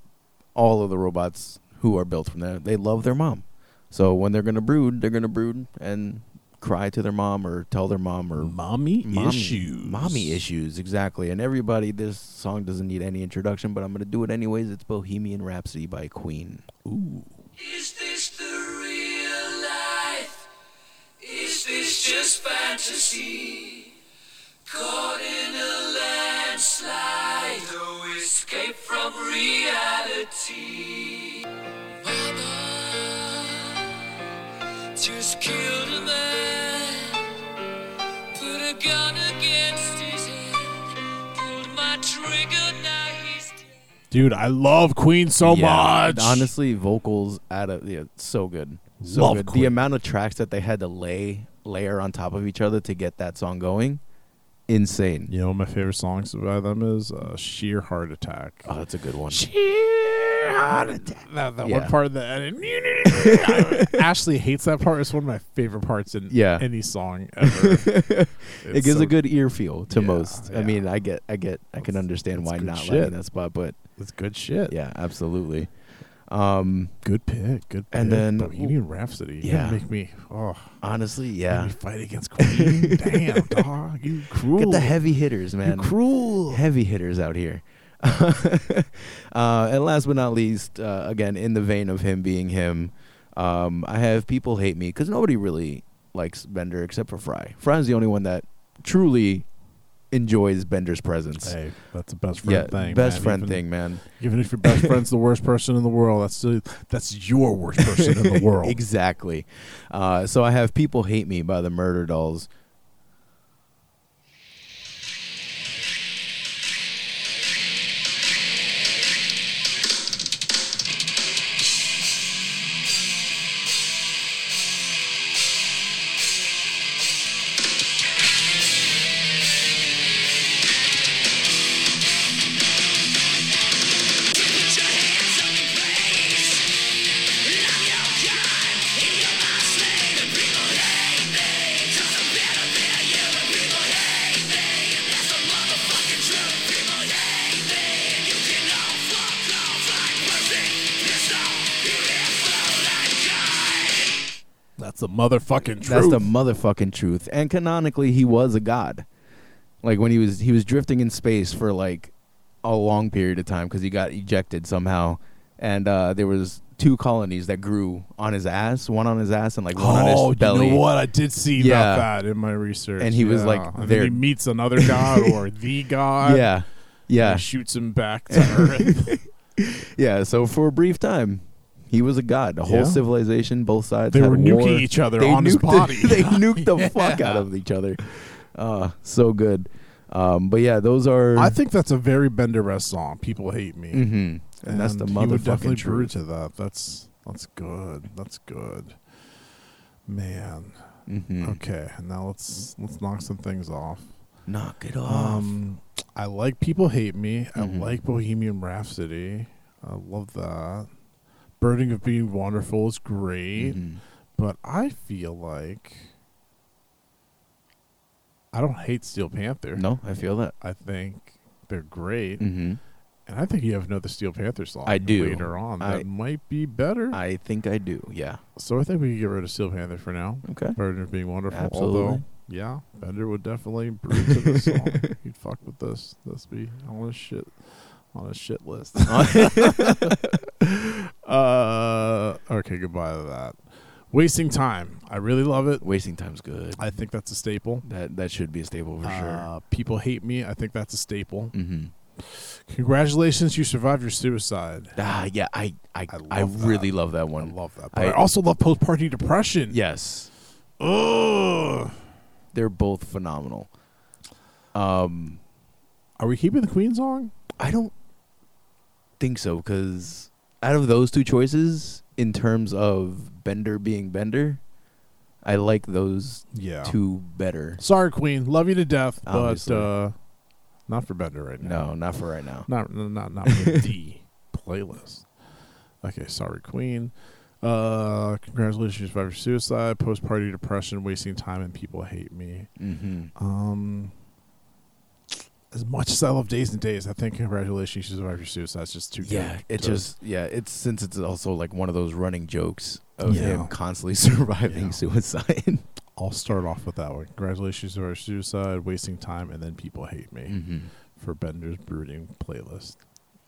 S3: all of the robots who are built from there, they love their mom. So when they're gonna brood, they're gonna brood and cry to their mom or tell their mom or
S2: Mommy, issues.
S3: Mommy issues, exactly. And everybody, this song doesn't need any introduction, but I'm going to do it anyways. It's Bohemian Rhapsody by Queen.
S6: Is this the real life? Is this just fantasy? Caught in a landslide, no escape from reality. Mama just killed a man, put a gun against his head, pulled my trigger, now he's dead.
S2: Dude, I love Queen so
S3: Yeah,
S2: much.
S3: Honestly, vocals out of yeah, so good, so
S2: Love
S3: good.
S2: Queen.
S3: The amount of tracks that they had to lay layer on top of each other to get that song going, insane.
S2: You know, one of my favorite songs by them is uh, Sheer Heart Attack.
S3: Oh, that's a good one.
S2: Sheer Heart Attack. That, that one
S3: Yeah.
S2: part of the uh, Ashley hates that part. It's one of my favorite parts in
S3: Yeah.
S2: any song ever.
S3: it gives a good ear feel to
S2: Yeah,
S3: most. I
S2: yeah.
S3: mean, I get, I get, I can understand
S2: that's
S3: why
S2: good
S3: not
S2: shit.
S3: liking that spot, but
S2: It's good shit.
S3: yeah, absolutely. Um,
S2: Good pick. Good pick.
S3: And then-
S2: Bohemian Rhapsody. You're gonna
S3: Yeah.
S2: Make me, oh,
S3: honestly,
S2: yeah.
S3: yeah,
S2: me fight against Queen. Damn, dog. You cruel.
S3: Get the heavy hitters, man.
S2: cruel.
S3: Heavy hitters out here. uh, and last but not least, uh, again, in the vein of him being him, um, I have people hate me because nobody really likes Bender except for Fry. Fry's the only one that truly enjoys Bender's presence.
S2: Hey, that's the best
S3: yeah,
S2: friend thing.
S3: best
S2: man.
S3: friend
S2: Even-
S3: thing, man.
S2: Even if your best friend's the worst person in the world, that's still, that's your worst person in the world.
S3: Exactly. Uh, so I have People Hate Me by the Murder Dolls.
S2: That's the motherfucking truth.
S3: That's the motherfucking truth. And canonically, he was a god. Like when he was he was drifting in space for like a long period of time because he got ejected somehow, and uh, there was two colonies that grew on his ass, one on his ass and like one on
S2: Oh,
S3: his belly.
S2: you know what? I did see
S3: Yeah.
S2: about that in my research.
S3: And he was,
S2: Yeah.
S3: like,
S2: and then
S3: there-
S2: he meets another god or the god.
S3: Yeah,
S2: and
S3: yeah,
S2: shoots him back to Earth.
S3: yeah. So for a brief time, he was a god. A whole
S2: Yeah.
S3: civilization, both sides.
S2: They
S3: had
S2: were
S3: war.
S2: nuking each other
S3: They
S2: on his
S3: nuked the-
S2: body.
S3: they nuked the fuck
S2: Yeah.
S3: out of each other. Uh, so good. Um, but yeah, those are.
S2: I think that's a very Bender Rest song. People hate me.
S3: hmm And, that's the
S2: He
S3: motherfucking
S2: would definitely
S3: truth.
S2: brew to that. That's that's good. That's good. Man.
S3: Mm-hmm.
S2: Okay. Now let's let's knock some things off.
S3: Knock it off.
S2: Um, I like People Hate Me.
S3: Mhm.
S2: I like Bohemian Rhapsody. I love that. Burning of Being Wonderful is great.
S3: Mhm.
S2: But I feel like I don't hate Steel Panther.
S3: No, I feel that.
S2: I think they're great.
S3: hmm
S2: And I think you have another Steel Panther song
S3: I do.
S2: later on that
S3: I-
S2: might be better.
S3: I think I do. Yeah.
S2: so I think we can get rid of Steel Panther for now.
S3: Okay.
S2: Burden of being wonderful. Although,
S3: Absolutely.
S2: yeah, Bender would definitely improve to this song. He'd fuck with this. This be on his shit on his shit list. uh okay, goodbye to that. Wasting time. I really love it.
S3: Wasting time's good.
S2: I think that's a staple.
S3: That that should be a staple for sure.
S2: Uh, people hate me. I think that's a staple.
S3: hmm
S2: Congratulations, you survived your suicide.
S3: Ah, yeah. I I,
S2: I
S3: I,
S2: love
S3: really love that
S2: I
S3: one.
S2: love that. But I,
S3: I-
S2: also love post party depression.
S3: yes,
S2: Ugh.
S3: they're both phenomenal. Um,
S2: Are we keeping the Queen song?
S3: I don't think so because out of those two choices, in terms of Bender being Bender, I like those
S2: Yeah.
S3: two better.
S2: Sorry, Queen. Love you to death,
S3: Obviously.
S2: but uh, not for Bender right now.
S3: No, not for right now.
S2: Not not not for the playlist. Okay, sorry, Queen. Uh, congratulations, survivor suicide, post party depression, wasting time, and people hate me.
S3: Mm-hmm.
S2: Um, as much as I love Days and Days, I think congratulations, she survived your suicide. It's just too good.
S3: Yeah, it
S2: So-
S3: just yeah, it's since it's also like one of those running jokes of
S2: Yeah.
S3: him constantly surviving
S2: Yeah.
S3: suicide.
S2: I'll start off with that one. Congratulations to our suicide, wasting time, and then people hate me
S3: Mm-hmm.
S2: for Bender's brooding playlist.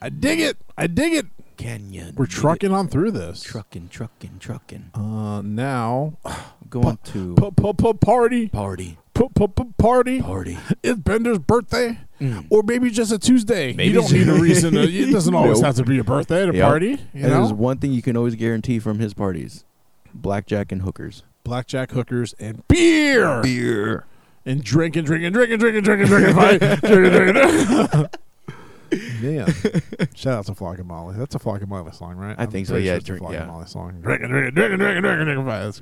S2: I dig it. I dig it.
S3: Can you?
S2: We're
S3: dig it?
S2: trucking on through this.
S3: trucking, trucking, trucking.
S2: Uh, now,
S3: Going to
S2: p- p- p- party,
S3: party,
S2: p- p- p- party.
S3: party.
S2: It's Bender's birthday,
S3: Mm.
S2: or maybe just a Tuesday.
S3: Maybe
S2: you don't
S3: ju-
S2: need a reason. To, it doesn't always
S3: Nope.
S2: have to be a birthday to
S3: Yep.
S2: party. You
S3: and there's
S2: know,
S3: one thing you can always guarantee from his parties: blackjack and hookers.
S2: blackjack, hookers, and beer,
S3: Beer.
S2: and drinking, drinking, drinking, drinking, drinking, drinking, fight, drinking, drinking. Man, shout out to Flock and Molly. That's a Flock and Molly song, right?
S3: I think so,
S2: pretty
S3: yeah,
S2: it's a
S3: drink-
S2: Flock
S3: yeah.
S2: and Molly song. Drinking, drinking, drinking, drinking, drinking, drinking, fight. That's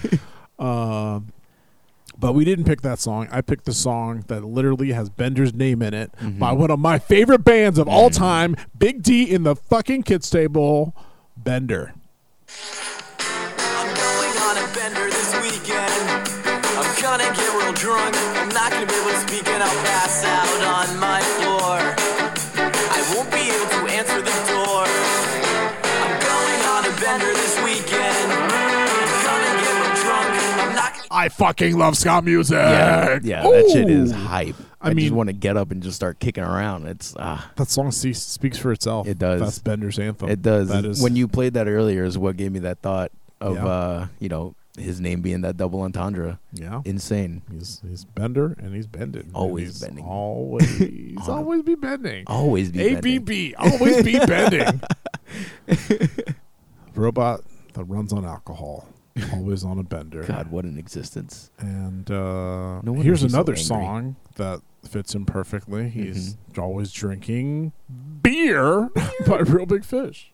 S2: great. um, but we didn't pick that song. I picked the song that literally has Bender's name in it
S3: Mm-hmm.
S2: by one of my favorite bands of all time, Big D in the fucking kids table, Bender.
S7: I'm going on a bender this weekend. I'm gonna get real drunk. I'm not gonna be able to speak and I'll pass out on my floor. I won't be able to answer the door. I'm going on a bender this weekend. I'm gonna get real drunk. I'm not gonna
S2: I fucking love ska music.
S3: Yeah, yeah that shit is
S2: Ooh.
S3: hype.
S2: I
S3: I, just
S2: mean-
S3: want to get up and just start kicking around. It's ah,
S2: That song se- speaks for itself.
S3: It does.
S2: That's Bender's anthem.
S3: it does.
S2: That is
S3: When you played that earlier, is what gave me that thought of
S2: Yeah.
S3: uh, you know, his name being that double entendre.
S2: yeah.
S3: Insane.
S2: He's he's Bender and he's bended. And
S3: Always
S2: he's
S3: bending.
S2: Always
S3: On a-
S2: always be bending.
S3: Always be bending.
S2: ABB always be bending. Robot that runs on alcohol, always on a bender.
S3: God, what an existence.
S2: And uh,
S3: No wonder
S2: here's
S3: he's so
S2: another
S3: angry. Mm-hmm.
S2: song that fits him perfectly. He's always drinking beer by Real Big Fish.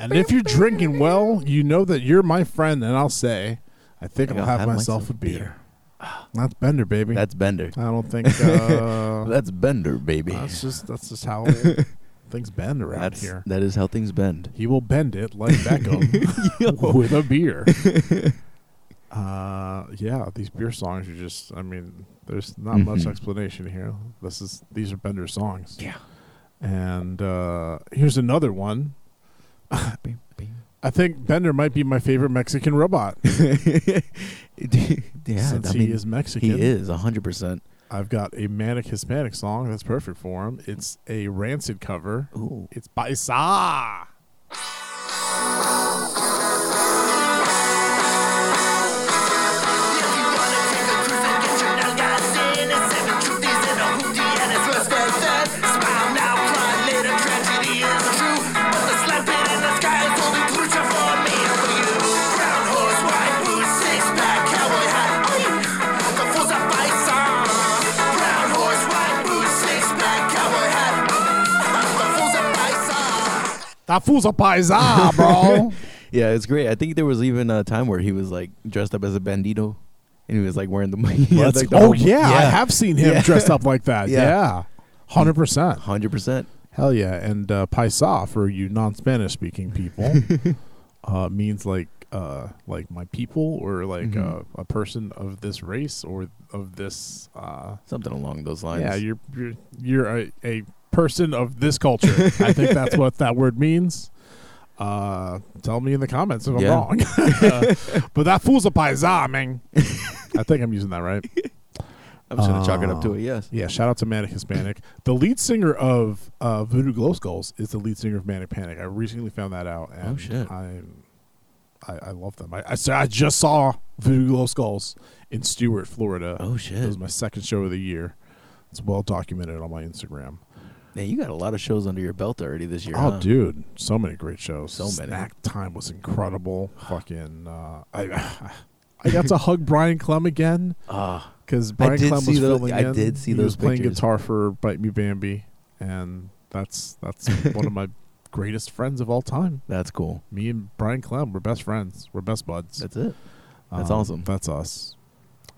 S2: And if you're drinking well, you know that you're my friend, and I'll say, I think I'll have, myself, a beer. That's Bender, baby.
S3: That's Bender.
S2: I don't think uh,
S3: That's Bender, baby.
S2: Oh. that's just that's just how things bend around
S3: That's
S2: here.
S3: that is how things bend.
S2: He will bend it like Beckham with a beer. uh, yeah, these beer songs are just. I mean, there's not much explanation here. This is these are Bender songs.
S3: Yeah.
S2: And uh, here's another one. I think Bender might be my favorite Mexican robot.
S3: yeah,
S2: Since
S3: I
S2: he
S3: mean,
S2: is Mexican.
S3: he is hundred percent.
S2: I've got a manic Hispanic song that's perfect for him. It's a Rancid cover.
S3: Ooh.
S2: It's Paisa. That fool's a paisa, bro.
S3: Yeah, it's great. I think there was even a time where he was like dressed up as a bandito, and he was like wearing the. he had,
S2: Let's-
S3: like, the
S2: oh
S3: whole-
S2: yeah, I have seen him
S3: Yeah.
S2: dressed up like that.
S3: Yeah.
S2: Yeah, hundred percent.
S3: Hundred percent.
S2: Hell yeah! And uh, paisa for you non-Spanish speaking people uh, means like uh, like my people or like
S3: Mm-hmm.
S2: uh, a person of this race or of this. Uh,
S3: Something along those lines.
S2: yeah, you're you're you're a, a person of this culture. I think that's what that word means. Uh, tell me in the comments if
S3: Yeah.
S2: I'm wrong. Uh, but that fool's a paisa, man. I think I'm using that right.
S3: I'm just gonna chalk it up
S2: Oh.
S3: to it. Yes.
S2: Yeah, shout out to Manic Hispanic. the lead singer of uh, Voodoo Glow Skulls is the lead singer of Manic Panic. I recently found that out. And
S3: Oh, shit.
S2: I, I, I love them. I, I, s- I just saw Voodoo Glow Skulls in Stewart, Florida.
S3: Oh, shit.
S2: It was my second show of the year. It's well documented on my Instagram.
S3: Man, you got a lot of shows under your belt already this year.
S2: Oh,
S3: huh?
S2: dude, so many great shows.
S3: So many.
S2: Snack Time was incredible. Fucking, uh, I, I got to hug Brian Clem again
S3: Ah,
S2: because Brian
S3: did
S2: Clem
S3: see
S2: was
S3: tho-
S2: filling
S3: I
S2: in.
S3: did see
S2: he was
S3: those
S2: playing
S3: pictures.
S2: guitar for Bite Me Bambi, and that's that's one of my greatest friends of all time.
S3: that's cool.
S2: Me and Brian Clem, we're best friends. We're best buds.
S3: That's it. That's
S2: Um,
S3: awesome.
S2: That's us.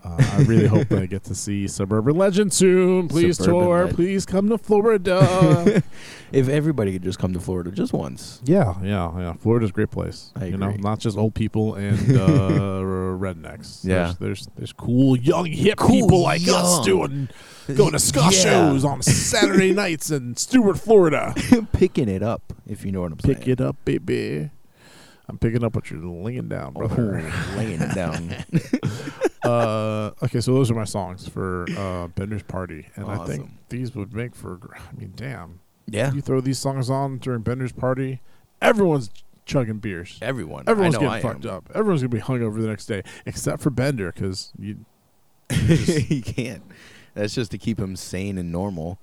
S2: Uh, I really hope that I get to see Suburban Legend soon. Please
S3: Suburban
S2: tour.
S3: Legend.
S2: Please come to Florida.
S3: If everybody could just come to Florida just once,
S2: yeah, yeah, yeah. Florida's a great place.
S3: I
S2: you know,
S3: agree.
S2: not just old people and uh, rednecks.
S3: Yeah.
S2: there's, there's there's cool young hip
S3: Cool
S2: people like us
S3: young.
S2: doing going to ska
S3: Yeah.
S2: shows on Saturday nights in Stewart, Florida.
S3: picking it up, if you know what I'm saying.
S2: Pick it up, baby. I'm picking up what you're laying down, brother.
S3: Oh, laying it down.
S2: uh, okay, so those are my songs for uh, Bender's party, and I think
S3: Awesome.
S2: these would make for. I mean, damn,
S3: yeah.
S2: you throw these songs on during Bender's party, everyone's chugging beers.
S3: Everyone.
S2: Everyone's
S3: I know
S2: getting
S3: I
S2: fucked
S3: am.
S2: up. Everyone's gonna be hungover the next day, except for Bender, because you.
S3: he can't. That's just to keep him sane and normal.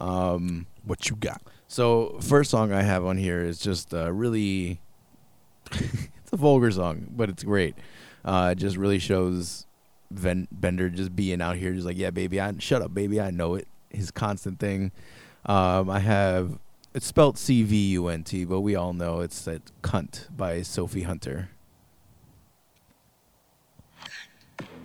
S3: Um,
S2: What you got?
S3: so first song I have on here is just uh, really. it's a vulgar song, but it's great. Uh, it just really shows Ven- Bender just being out here, just like yeah, baby, I shut up, baby, I know it. His constant thing. Um, I have it's spelled C V U N T, but we all know it's that cunt by Sophie Hunter.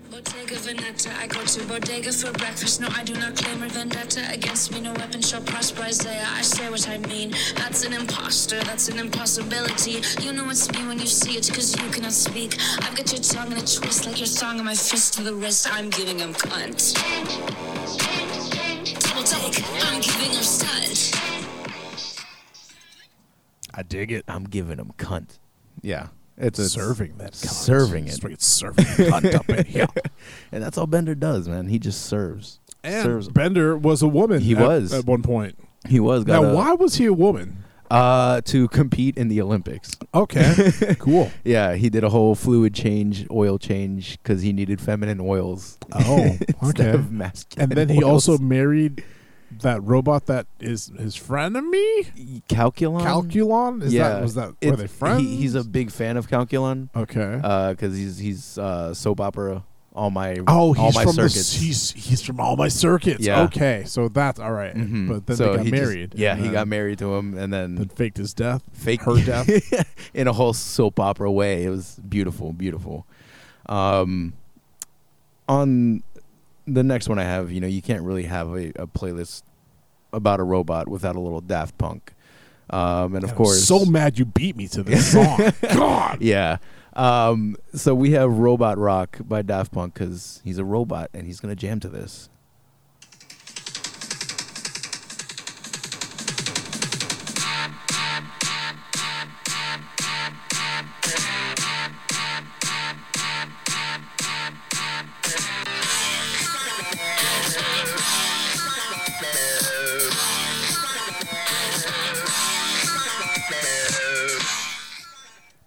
S4: Bodega Veneta, I go to bodega for breakfast. No, I do not claim a vendetta against me. No weapon shall prosper, Isaiah. I say what I mean. That's an imposter, that's an impossibility. You know it's me when you see it, cause you cannot speak. I've got your tongue in a twist, like your song on my fist to the wrist. I'm giving him cunt. Double take, I'm giving him stunt.
S2: I dig it.
S3: I'm giving him cunt. Yeah, it's a
S2: serving that. cunt.
S3: serving it.
S2: Just freaking serving the cunt up in here.
S3: and that's all Bender does, man. He just serves.
S2: And
S3: serves.
S2: Bender was a woman.
S3: He
S2: at-
S3: was.
S2: at one point.
S3: He was got
S2: Now,
S3: a-
S2: why was he a woman?
S3: Uh, to compete in the Olympics.
S2: Okay, cool.
S3: Yeah, he did a whole fluid change, oil change, because he needed feminine oils
S2: Oh,
S3: instead
S2: okay.
S3: of masculine.
S2: and then he
S3: oils.
S2: also married that robot that is his frenemy,
S3: Calculon.
S2: Calculon. Is
S3: Um, yeah,
S2: that was that
S3: It-
S2: were they friends?
S3: He, he's a big fan of Calculon,
S2: okay.
S3: because he's he's uh, soap opera. All my
S2: oh,
S3: all
S2: he's
S3: my
S2: from the,
S3: circuits.
S2: he's he's from all my circuits.
S3: Yeah.
S2: Okay, so that's all right.
S3: Mhm.
S2: But then
S3: So
S2: they got
S3: he just-
S2: married.
S3: yeah,
S2: and
S3: he
S2: then-
S3: got married to him, and then
S2: Then faked his death.
S3: fake
S2: her death.
S3: in a whole soap opera way. It was beautiful, beautiful. Um, on the next one I have, you know, you can't really have a, a playlist about a robot without a little Daft Punk. Um, and of
S2: I'm
S3: course,
S2: so mad you beat me to this song. God.
S3: yeah. Um, so we have Robot Rock by Daft Punk because he's a robot and he's gonna jam to this.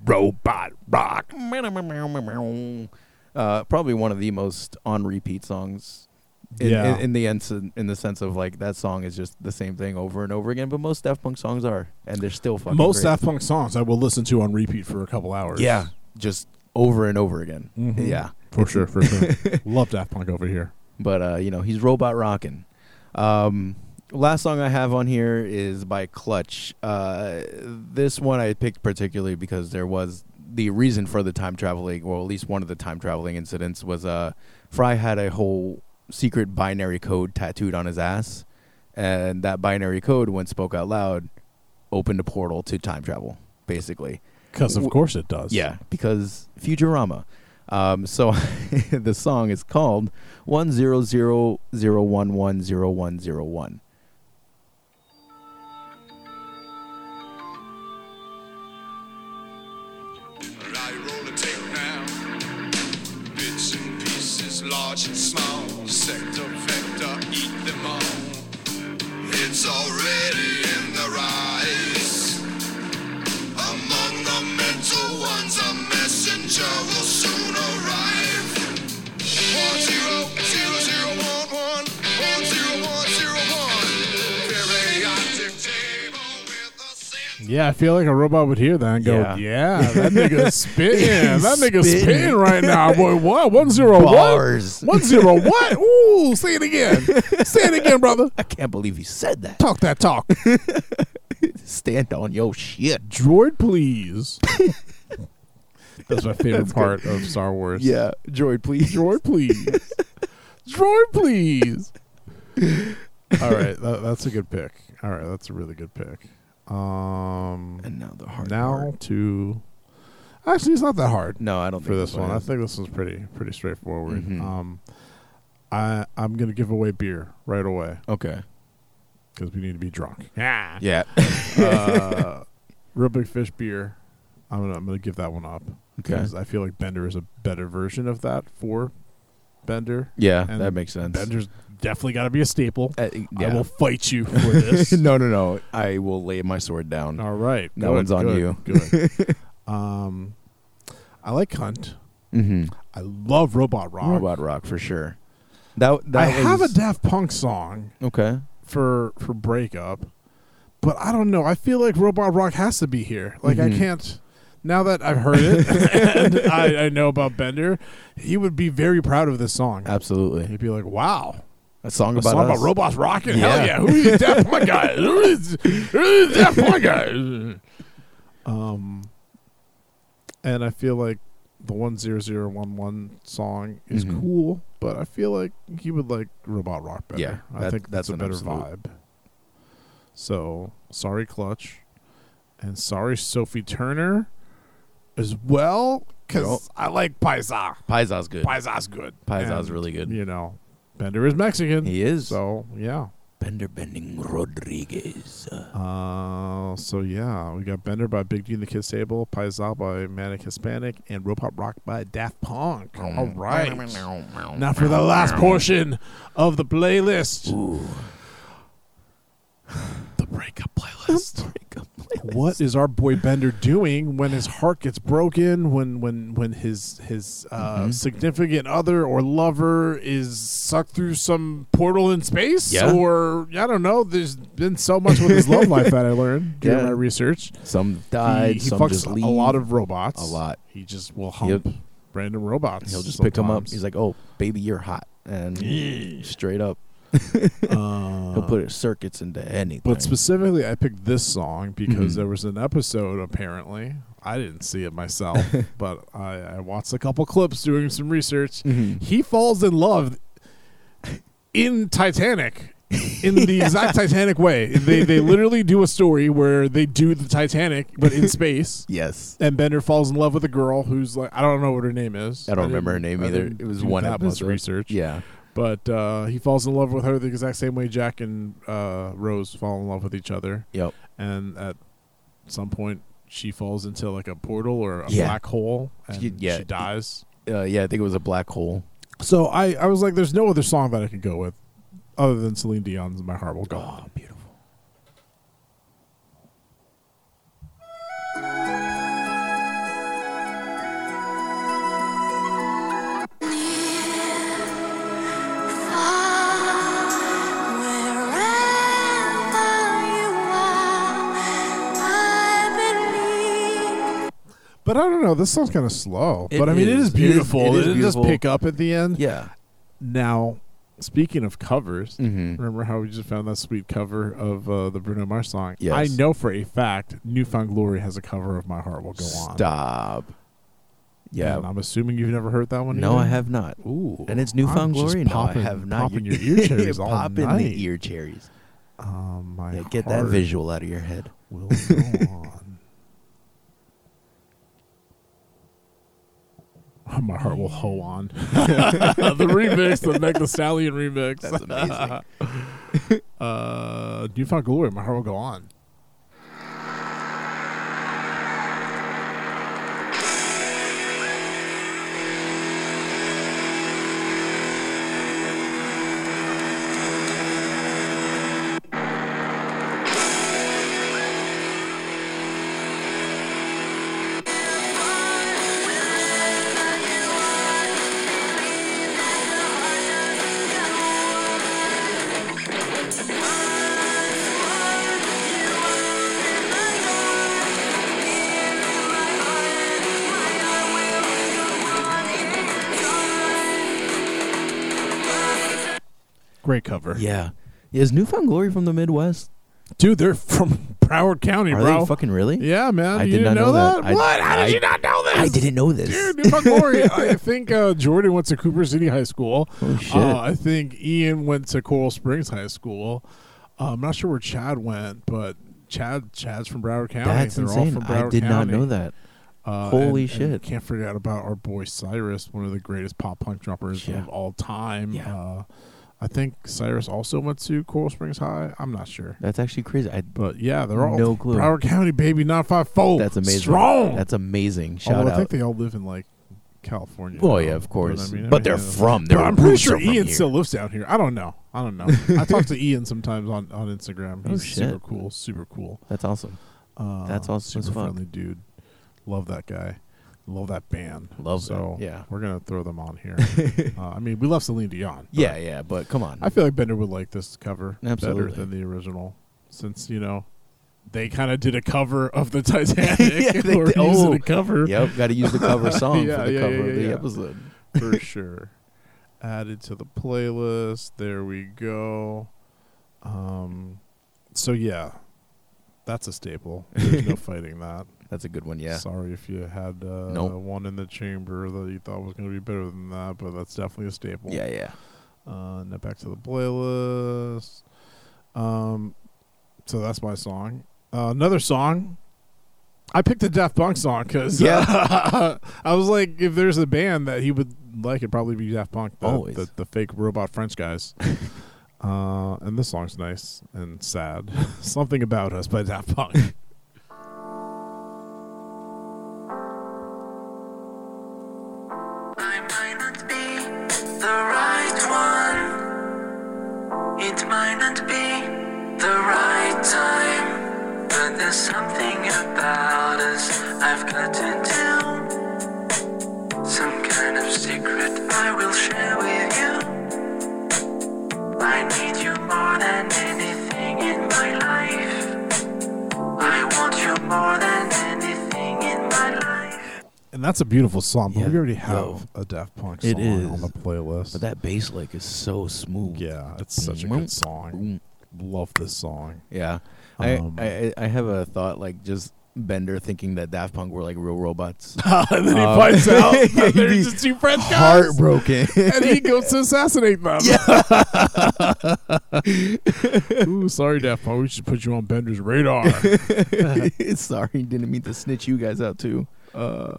S2: Robot rock.
S3: Uh, probably one of the most on repeat songs. In,
S2: Yeah.
S3: in, in the sense, in the sense of like that song is just the same thing over and over again. But most Daft Punk songs are, and they're still fucking
S2: Most
S3: great.
S2: Daft Punk songs I will listen to on repeat for a couple hours.
S3: yeah, just over and over again.
S2: Mm-hmm.
S3: Yeah,
S2: For sure, for sure. Love Daft Punk over here.
S3: but uh, you know he's robot rocking. Um, last song I have on here is by Clutch. Uh, this one I picked particularly because there was the reason for the time traveling, or at least one of the time traveling incidents, was uh, Fry had a whole secret binary code tattooed on his ass, and that binary code, when spoke out loud, opened a portal to time travel, basically.
S2: Because of
S3: W-
S2: course it does.
S3: Yeah, because Futurama. Um, so the song is called one zero zero zero one one zero one zero one.
S5: Well, I roll a tape now. Bits and pieces, large and small. Sector, vector, eat them all. It's already in the rise. Among the mental ones, a messenger will soon arrive. One zero zero zero one one. One zero one zero one. Periodic table with a set.
S2: Yeah, I feel like a robot would hear that and go,
S3: Yeah.
S2: "Yeah, that nigga's spitting. that nigga's
S3: Spitting.
S2: spitting right now, boy. What? One zero
S3: Bars.
S2: what? One zero what? Ooh, say it again. say it again, brother.
S3: I can't believe he said that.
S2: Talk that talk.
S3: Stand on your shit.
S2: Droid, please. That's my favorite part of Star Wars.
S3: Yeah, droid, please.
S2: Droid, please. Droid, please. All right, that, that's a good pick. All right, that's a really good pick. Um,
S3: And now the hard
S2: now
S3: part.
S2: to actually, it's not that hard
S3: No, I don't
S2: for
S3: think
S2: this one. I think this one's pretty pretty straightforward.
S3: Mm-hmm.
S2: Um, I I'm gonna give away beer right away
S3: Okay.
S2: because we need to be drunk. Yeah.
S3: Yeah.
S2: Real big fish beer. I'm gonna I'm gonna give that one up because I feel like Bender is a better version of that for Bender.
S3: yeah,
S2: And
S3: that makes sense.
S2: Bender's definitely got to be a staple.
S3: Uh,
S2: I
S3: yeah.
S2: will fight you for this.
S3: no, no, no. I will lay my sword down.
S2: All right,
S3: That
S2: good,
S3: one's on
S2: good,
S3: you.
S2: Good. um, I like Hunt.
S3: Mm-hmm.
S2: I love Robot Rock.
S3: Robot Rock for sure. That that
S2: I have a
S3: was-
S2: Daft Punk song
S3: okay.
S2: for for breakup, but I don't know. I feel like Robot Rock has to be here. Like I can't. Now that I've heard it and I, I know about Bender, he would be very proud of this song.
S3: Absolutely.
S2: He'd be like, "Wow,
S3: A song
S2: a
S3: about
S2: song
S3: us.
S2: about robots rocking? Hell
S3: Yeah.
S2: yeah! Who are these Daft Punk guys? Who are these, who are these Daft Punk guys?" Um, and I feel like the one zero zero one one song is
S3: Mhm.
S2: cool, but I feel like he would like Robot Rock better.
S3: Yeah,
S2: I
S3: that-
S2: think that's,
S3: that's
S2: a
S3: an
S2: better
S3: absolute.
S2: vibe. So sorry, Clutch, and sorry, Sophie Turner, as well, because I like Paisa.
S3: Paisa's good.
S2: Paisa's good.
S3: Paisa's
S2: And,
S3: really good.
S2: You know, Bender is Mexican.
S3: He is.
S2: So yeah.
S3: Bender Bending Rodriguez.
S2: Uh, so yeah, we got Bender by Big D and the Kids Table, Paisa by Manic Hispanic, and Robot Rock by Daft Punk.
S3: Mm.
S2: All right. Now for the last portion of the playlist. The breakup playlist. What is our boy Bender doing when his heart gets broken? When when when his his uh,
S3: Mm-hmm.
S2: significant other or lover is sucked through some portal in space?
S3: Yeah.
S2: Or I don't know. There's been so much with his love life that I learned during
S3: Yeah.
S2: my research.
S3: Some died.
S2: he he
S3: some
S2: fucks
S3: just
S2: a
S3: leave.
S2: lot of robots.
S3: A lot.
S2: He just will hump
S3: Yep.
S2: random robots.
S3: He'll just pick 'em pick them up.
S2: sometimes.
S3: He's like, "Oh, baby, you're hot," and straight up,
S2: Uh,
S3: he'll put circuits into anything.
S2: But specifically, I picked this song because there was an episode. Apparently, I didn't see it myself, but I, I watched a couple clips doing some research. He falls in love in Titanic. In the exact Titanic way, they they literally do a story where they do the Titanic, but in space.
S3: yes,
S2: And Bender falls in love with a girl who's like I don't know what her name is.
S3: I don't remember her
S2: didn't-
S3: name
S2: I
S3: either.
S2: didn't
S3: It was
S2: do
S3: one
S2: that much
S3: episode.
S2: research.
S3: Yeah,
S2: But uh, he falls in love with her the exact same way Jack and uh, Rose fall in love with each other.
S3: yep.
S2: And at some point, she falls into like a portal or a
S3: Yeah.
S2: black hole and
S3: Y- yeah.
S2: she dies.
S3: Uh, yeah, I think it was a black hole.
S2: So I, I was like, there's no other song that I could go with other than Celine Dion's My Heart Will Go On.
S3: beautiful.
S2: But I don't know. This song's kind of slow.
S3: It
S2: but I mean, it is
S3: is. It is- it
S2: beautiful.
S3: is
S2: It,
S3: beautiful.
S2: does pick up at the end.
S3: Yeah,
S2: Now, speaking of covers,
S3: Mhm.
S2: remember how we just found that sweet cover of uh, the Bruno Mars song?
S3: Yes.
S2: I know for a fact Newfound Glory has a cover of My Heart Will Go On.
S3: stop. Yeah,
S2: And I'm assuming you've never heard that one.
S3: no,
S2: either?
S3: I have not.
S2: Ooh,
S3: And it's newfound
S2: I'm just
S3: glory. No,
S2: popping-
S3: I have not.
S2: Popping your ear cherries all
S3: popping
S2: night.
S3: the ear cherries.
S2: Oh, my
S3: Yeah, get that
S2: heart
S3: visual out of your head.
S2: Will go on. Oh, my heart will hoe on. the remix, the Meg Thee Stallion remix. That's
S3: amazing.
S2: uh, newfound glory. My heart will go on.
S4: you
S2: great cover.
S3: Yeah. Is Newfound Glory from the Midwest?
S2: Dude, they're from Broward County,
S3: Are
S2: bro.
S3: they fucking really?
S2: yeah, man.
S3: I
S2: you
S3: did
S2: didn't
S3: not know that. I-
S2: What? How did
S3: I-
S2: you not know this?
S3: I didn't know this.
S2: Dude, Newfound Glory. I think uh, Jordan went to Cooper City High School.
S3: Oh, shit.
S2: Uh, I think Ian went to Coral Springs High School. Uh, I'm not sure where Chad went, but Chad Chad's from Broward County.
S3: That's
S2: They're all
S3: insane.
S2: from Broward
S3: I did not
S2: County.
S3: know that.
S2: Uh,
S3: Holy
S2: and- and
S3: shit.
S2: can't forget about our boy Cyrus, one of the greatest pop punk drummers
S3: Yeah.
S2: of all time.
S3: Yeah.
S2: Uh, I think Cyrus also went to Coral Springs High. I'm not sure.
S3: That's actually crazy. I,
S2: But yeah, they're all
S3: No clue.
S2: Broward County, baby, nine five four.
S3: that's amazing.
S2: Strong.
S3: That's amazing. Shout
S2: Although I think
S3: out.
S2: they all live in like California.
S3: Well,
S2: now.
S3: yeah, of course.
S2: I mean- I
S3: But
S2: mean,
S3: they're
S2: yeah.
S3: from.
S2: But
S3: their
S2: I'm pretty
S3: roots
S2: sure
S3: are from
S2: Ian
S3: here.
S2: still lives down here. I don't know. I don't know. I talk to Ian sometimes on, on Instagram.
S3: Oh,
S2: He's
S3: shit.
S2: super cool. Super cool.
S3: That's awesome.
S2: Uh,
S3: That's awesome as
S2: Super
S3: fuck.
S2: friendly dude. Love that guy. Love that band.
S3: Love
S2: so
S3: them, yeah.
S2: we're gonna throw them on here. uh, I mean, we love Celine Dion. but
S3: Yeah, yeah, but come on.
S2: I feel like Bender would like this cover
S3: Absolutely.
S2: better than the original, since you know they kind of did a cover of the Titanic.
S3: Yeah, they
S2: or
S3: did.
S2: using
S3: Oh.
S2: a cover
S3: Yep, got to use the cover song
S2: Yeah,
S3: for the
S2: yeah,
S3: cover
S2: yeah,
S3: of the
S2: yeah, yeah.
S3: episode.
S2: for sure. Added to the playlist. There we go. Um, so yeah, that's a staple. There's no fighting that.
S3: That's a good one, yeah.
S2: Sorry if you had uh,
S3: Nope.
S2: one in the chamber that you thought was going to be better than that, but that's definitely a staple.
S3: Yeah, yeah.
S2: Uh, now back to the playlist. Um, so that's my song. Uh, another song. I picked a Daft Punk song because I was like, if there's a band that he would like, it'd probably be Daft Punk. The,
S3: Always.
S2: The, the fake robot French guys. uh, and this song's nice and sad. Something About Us by Daft Punk.
S4: I might not be the right one. It might not be the right time. But there's something about us I've got to do. Some kind of secret I will share with you. I need you more than anything in my life. I want you more than anything in my life.
S2: and that's a beautiful song, but
S3: Yeah.
S2: we already have
S3: Yo.
S2: a Daft Punk song
S3: It
S2: on
S3: is.
S2: the playlist.
S3: But that bass lick is so smooth.
S2: yeah, it's such a good song. Love this song.
S3: Yeah. I,
S2: Um,
S3: I I- I have a thought like just Bender thinking that Daft Punk were like real robots.
S2: and then he
S3: Um,
S2: finds out that
S3: he'd
S2: they're
S3: be
S2: just two French guys,
S3: Heartbroken.
S2: and he goes to assassinate them. Yeah. Ooh, sorry, Daft Punk. We should put you on Bender's radar.
S3: Sorry, didn't mean to snitch you guys out too.
S2: uh,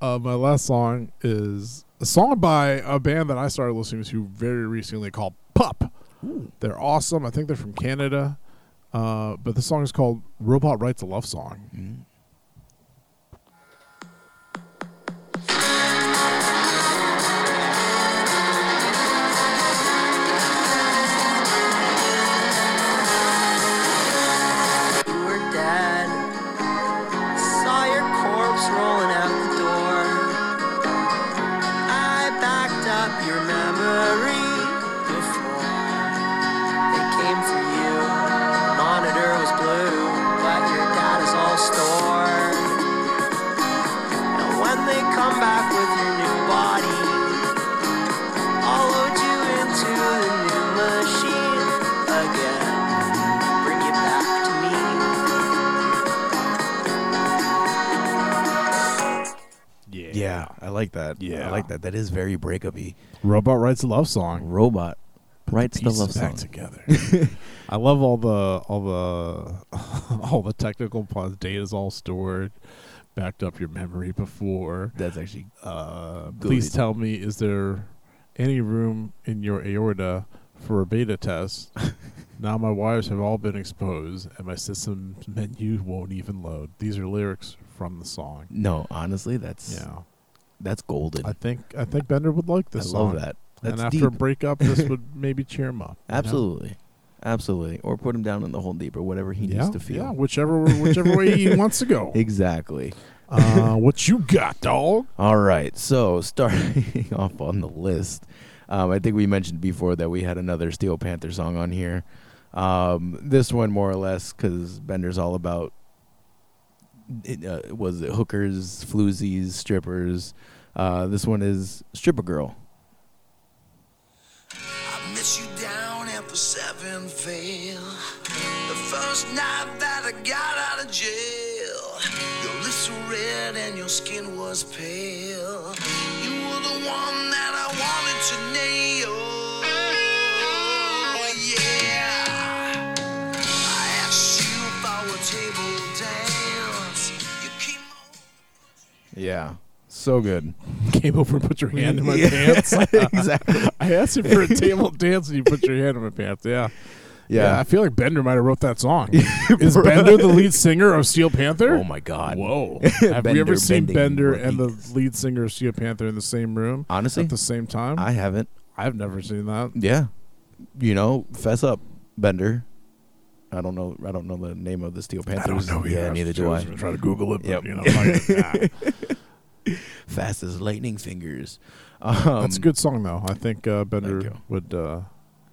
S2: my last song is a song by a band that I started listening to very recently called Pup. They're awesome. I think they're from Canada, uh, but the song is called "Robot Writes a Love Song."
S5: You were dead. Saw your corpse rolling out the door. I backed up your memory before it came for you. Monitor was blue, but your data's all stored. And when they come back with your new body, I'll load you into the new machine again bring it back to me.
S2: Yeah.
S3: Yeah, I like that.
S2: Yeah.
S3: I like that. That is very breakupy.
S2: Robot writes a love song.
S3: Robot writes the
S2: pieces
S3: love
S2: back
S3: song.
S2: together. I love all the all the all the technical puns. Data's all stored, backed up your memory before.
S3: That's actually
S2: Uh, please
S3: Good.
S2: tell me, is there any room in your aorta for a beta test? now my wires have all been exposed, and my system menu won't even load. These are lyrics from the song.
S3: no. Honestly, that's
S2: Yeah,
S3: that's golden.
S2: I think I think Bender would like
S3: I
S2: this song.
S3: love that. That's
S2: and after a
S3: deep.
S2: breakup, this would maybe cheer him up. you know?
S3: Absolutely. Absolutely. Or put him down in the hole deep or whatever he needs to feel.
S2: Yeah, whichever whichever way he wants to go.
S3: Exactly.
S2: Uh, what you got, dog?
S3: All right. So starting off on the list, um, I think we mentioned before that we had another Steel Panther song on here. Um, this one, more or less, because Bender's all about it, uh, was it hookers, floozies, strippers. Uh, this one is Stripper Girl.
S6: I miss you down
S5: lips were red and your skin was pale. You were the one that I wanted to nail. Yeah. I asked you about a table dance. You came over.
S3: Yeah. So good.
S2: Came over and put your hand in my pants.
S3: exactly.
S2: I asked him for a table dance, and you put your hand in my pants. Yeah.
S3: Yeah.
S2: I feel like Bender might have wrote that song. Is Bender the lead singer of Steel Panther?
S3: Oh my God.
S2: Whoa! Have we ever
S3: Bender
S2: seen
S3: bending
S2: Bender
S3: like
S2: and the
S3: these.
S2: lead singer of Steel Panther in the same room?
S3: Honestly?
S2: at the same time,
S3: I haven't.
S2: I've never seen that.
S3: Yeah. You know, fess up, Bender. I don't know. I don't know the name of the Steel Panthers. Yeah, neither do I.
S2: Try to Google it, but
S3: Yep.
S2: you know, like, nah.
S3: Fast as lightning fingers. Um,
S2: that's a good song though. I think uh, Bender
S3: you.
S2: would uh,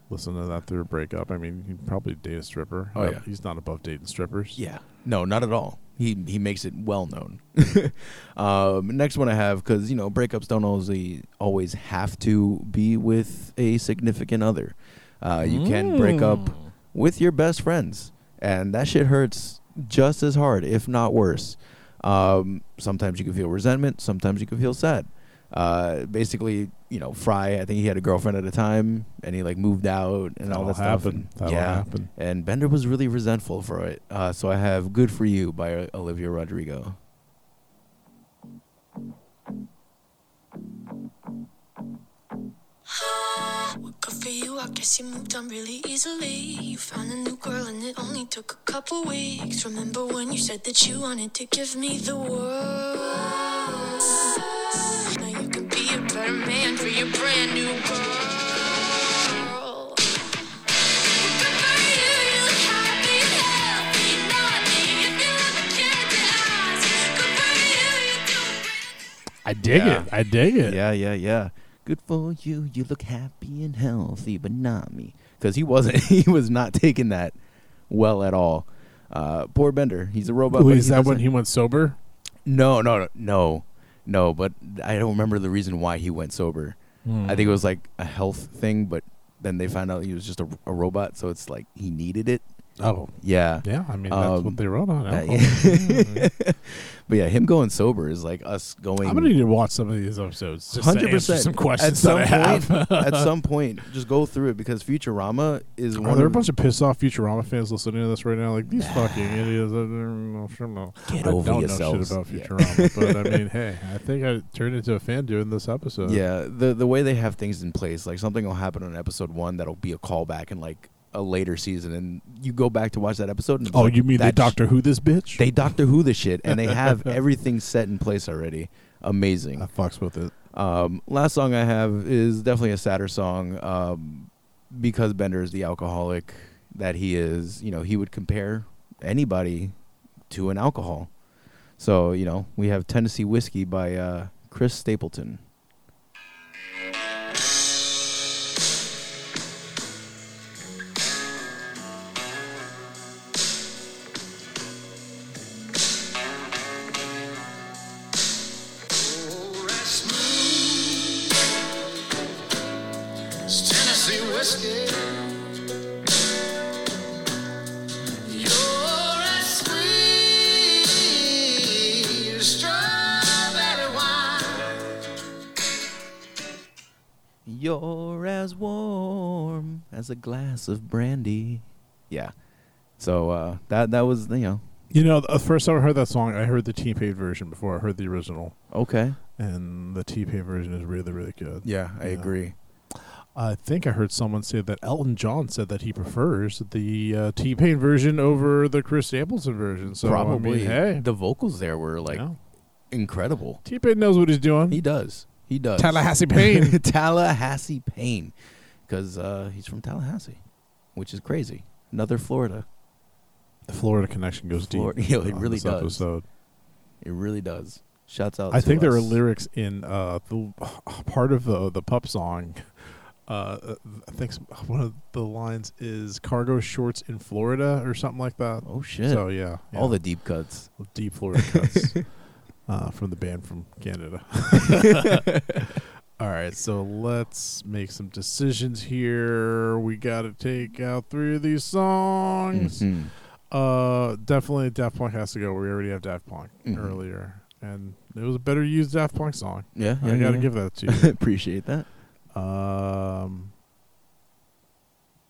S2: listen to that through a breakup. I mean, he'd probably date a stripper.
S3: Oh,
S2: Uh,
S3: yeah.
S2: he's not above dating strippers.
S3: Yeah. No, not at all. He he makes it well known. um, next one I have because you know breakups don't always always have to be with a significant other. Uh, you can break up with your best friends, and that shit hurts just as hard, if not worse. Um, sometimes you can feel resentment. Sometimes you can feel sad. Uh, basically, you know, Fry. I think he had a girlfriend at a time, and he like moved out and all
S2: That'll
S3: that stuff.
S2: happen.
S3: and-
S2: That'll happen.
S3: and Bender was really resentful for it. Uh, so I have "Good for You" by uh, Olivia Rodrigo.
S8: Good for you, I guess you moved on really easily. You found a new girl and it only took a couple weeks. Remember when you said that you wanted to give me the world? Now you can be a better man for your brand new girl. Good for you, you look happy, healthy, naughty. If you ever get the eyes, good for you, you do
S2: I dig
S3: Yeah.
S2: it. I dig it.
S3: Yeah, yeah, yeah. Good for you. You look happy and healthy, but not me. Because he wasn't. He was not taking that well at all. Uh, poor Bender. He's a robot.
S2: Ooh,
S3: but
S2: is that when
S3: doesn't-
S2: he went sober?
S3: No, no, no, no, no. But I don't remember the reason why he went sober. I
S2: Hmm.
S3: think it was like a health thing, but then they found out he was just a, a robot, so it's like he needed it.
S2: Oh,
S3: Yeah.
S2: yeah. I mean, that's
S3: Um,
S2: what they wrote on.
S3: Uh,
S2: it. "Hmm,
S3: yeah. but yeah, him going sober is like us going.
S2: I'm gonna need to watch some of these episodes. Just 100
S3: Hundred
S2: to answer
S3: percent.
S2: some questions
S3: at some
S2: that I have.
S3: point, at some point, just go through it because Futurama is
S2: Are
S3: one.
S2: there a
S3: of,
S2: bunch of pissed off Futurama fans listening to this right now? Like these fucking idiots. I don't know, sure know.
S3: Get
S2: I
S3: over
S2: don't
S3: yourselves.
S2: know shit
S3: Yeah.
S2: about Futurama, but I mean, hey, I think I turned into a fan during this episode.
S3: yeah, the the way they have things in place, like something will happen on episode one that'll be a callback in like a later season, and you go back to watch that episode. And it's
S2: Oh,
S3: like,
S2: you mean the
S3: that sh-
S2: Doctor Who this bitch?
S3: They Doctor Who the shit, and they have everything set in place already. Amazing.
S2: that fucks with it.
S3: Um, last song I have is definitely a sadder song um, because Bender is the alcoholic that he is. You know, he would compare anybody to an alcohol. So, you know, we have Tennessee Whiskey by uh, Chris Stapleton.
S9: It's Tennessee whiskey. You're as sweet as strawberry wine.
S3: You're as warm as a glass of brandy. Yeah. So uh, that that was, you know,
S2: You know, the first time I heard that song, I heard the T Pain version before I heard the original,
S3: okay.
S2: and the T Pain version is really, really good.
S3: Yeah, I agree.
S2: I think I heard someone say that Elton John said that he prefers the uh, T Pain version over the Chris Stapleton version. So
S3: Probably.
S2: I mean, hey,
S3: The vocals there were like
S2: yeah.
S3: incredible.
S2: T Pain knows what he's doing.
S3: He does. He does.
S2: Tallahassee Payne.
S3: Tallahassee Payne. Because uh, he's from Tallahassee, which is crazy. Another Florida.
S2: the Florida connection goes
S3: Florida-
S2: deep.
S3: Yeah, it
S2: on
S3: really
S2: this
S3: does.
S2: episode.
S3: It really does. Shouts out
S2: I
S3: to
S2: think there
S3: us.
S2: are lyrics in uh, the part of the the pup song. Uh, I think some- one of the lines is "cargo shorts in Florida" or something like that.
S3: Oh, shit.
S2: So yeah,
S3: All
S2: yeah.
S3: the deep cuts.
S2: deep Florida cuts uh, from the band from Canada. All right, so let's make some decisions here. We got to take out three of these songs.
S3: Mhm.
S2: Uh, definitely Daft Punk has to go. We already have Daft Punk
S3: Mhm.
S2: earlier, and it was a better used Daft Punk song.
S3: Yeah,
S2: I
S3: yeah,
S2: gotta
S3: yeah.
S2: give that to
S3: Appreciate that.
S2: you. um,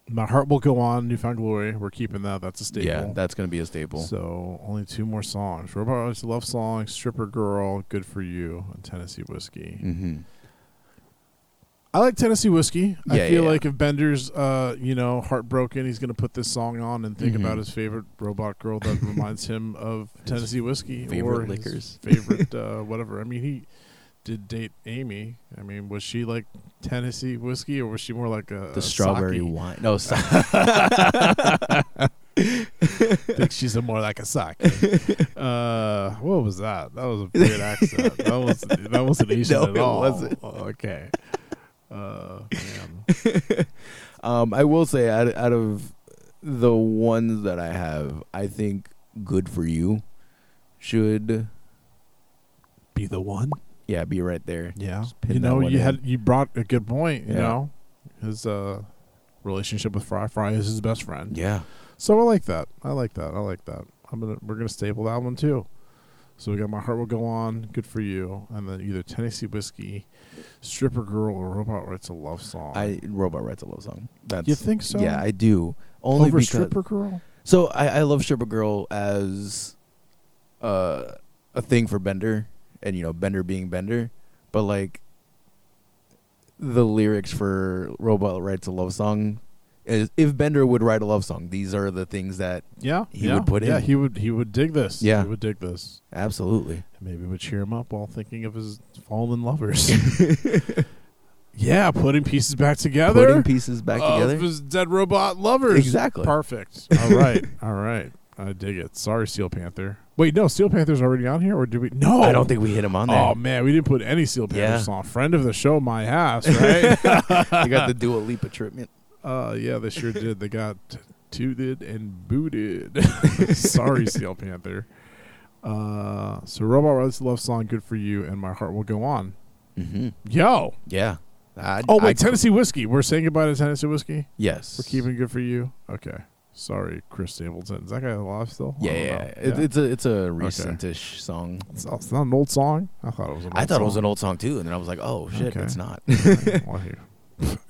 S2: my heart will go on. Newfound glory. We're keeping that. That's a staple.
S3: Yeah, that's gonna be a staple.
S2: So only two more songs. Robots love song, stripper girl, good for you, and Tennessee whiskey.
S3: hmm
S2: I like Tennessee whiskey. I
S3: Yeah,
S2: feel
S3: yeah,
S2: like if Bender's, uh, you know, heartbroken, he's gonna put this song on and think
S3: Mhm.
S2: about his favorite robot girl that reminds him of Tennessee whiskey or
S3: favorite
S2: his
S3: liquors.
S2: favorite uh, whatever. I mean, he did date Amy. I mean, was she like Tennessee whiskey or was she more like a
S3: The
S2: a
S3: strawberry
S2: uh, sake?
S3: wine. No, sa-
S2: I think she's a more like a sock. Uh, what was that? That was a weird accent. That was that wasn't Asian
S3: No,
S2: at
S3: it
S2: all.
S3: wasn't.
S2: Okay. Uh, man.
S3: um, I will say out out of the ones that I have, I think "Good for You" should
S2: Be the one.
S3: yeah be right there.
S2: Yeah.
S3: Just pin
S2: You
S3: that
S2: know,
S3: one
S2: you
S3: in.
S2: had you brought a good point. You
S3: Yeah.
S2: know, his uh, relationship with Fry. Fry is his best friend.
S3: yeah.
S2: So I like that. I like that. I like that. I'm gonna we're gonna staple that one too. So we got my heart will go on. Good for you. And then either Tennessee whiskey, stripper girl, or robot writes a love song.
S3: I robot writes a love song. That's
S2: You think so?
S3: Yeah, I do. Only
S2: over
S3: because
S2: stripper girl.
S3: so I, I love stripper girl as uh, a thing for Bender, and you know Bender being Bender, but like the lyrics for robot writes a love song. Is, if Bender would write a love song, these are the things that
S2: Yeah,
S3: He
S2: yeah,
S3: would put
S2: Yeah,
S3: in.
S2: he would. He would dig this.
S3: Yeah.
S2: he would dig this.
S3: absolutely.
S2: Maybe it would cheer him up while thinking of his fallen lovers. yeah, putting pieces back together.
S3: Putting pieces back
S2: of
S3: together.
S2: his dead robot lovers.
S3: Exactly.
S2: Perfect. All right. All right. I dig it. Sorry, Steel Panther. Wait, no, Steel Panther's already on here, or did we? No,
S3: I don't think we hit him on there.
S2: Oh man, we didn't put any Steel Panther
S3: Yeah.
S2: song. Friend of the show, my ass, right?
S3: we got the Dua Lipa treatment.
S2: Uh, yeah, they sure did. They got tooted and booted. Sorry, Steel Panther. Uh, so Robot Rights Love Song, Good For You, and My Heart Will Go On.
S3: Mm-hmm.
S2: Yo.
S3: Yeah. I,
S2: Oh, wait,
S3: I-
S2: Tennessee Whiskey. We're saying goodbye to Tennessee Whiskey?
S3: Yes.
S2: We're keeping Good For You? Okay. Sorry, Chris Stapleton. Is that guy alive still? I
S3: Yeah,
S2: don't
S3: yeah.
S2: know.
S3: It, It's a it's a recentish song.
S2: It's, not- it's not an old song? I thought it was an old
S3: I thought it was
S2: song.
S3: an old song too, and then I was like, oh shit,
S2: Okay.
S3: it's not.
S2: Well, he-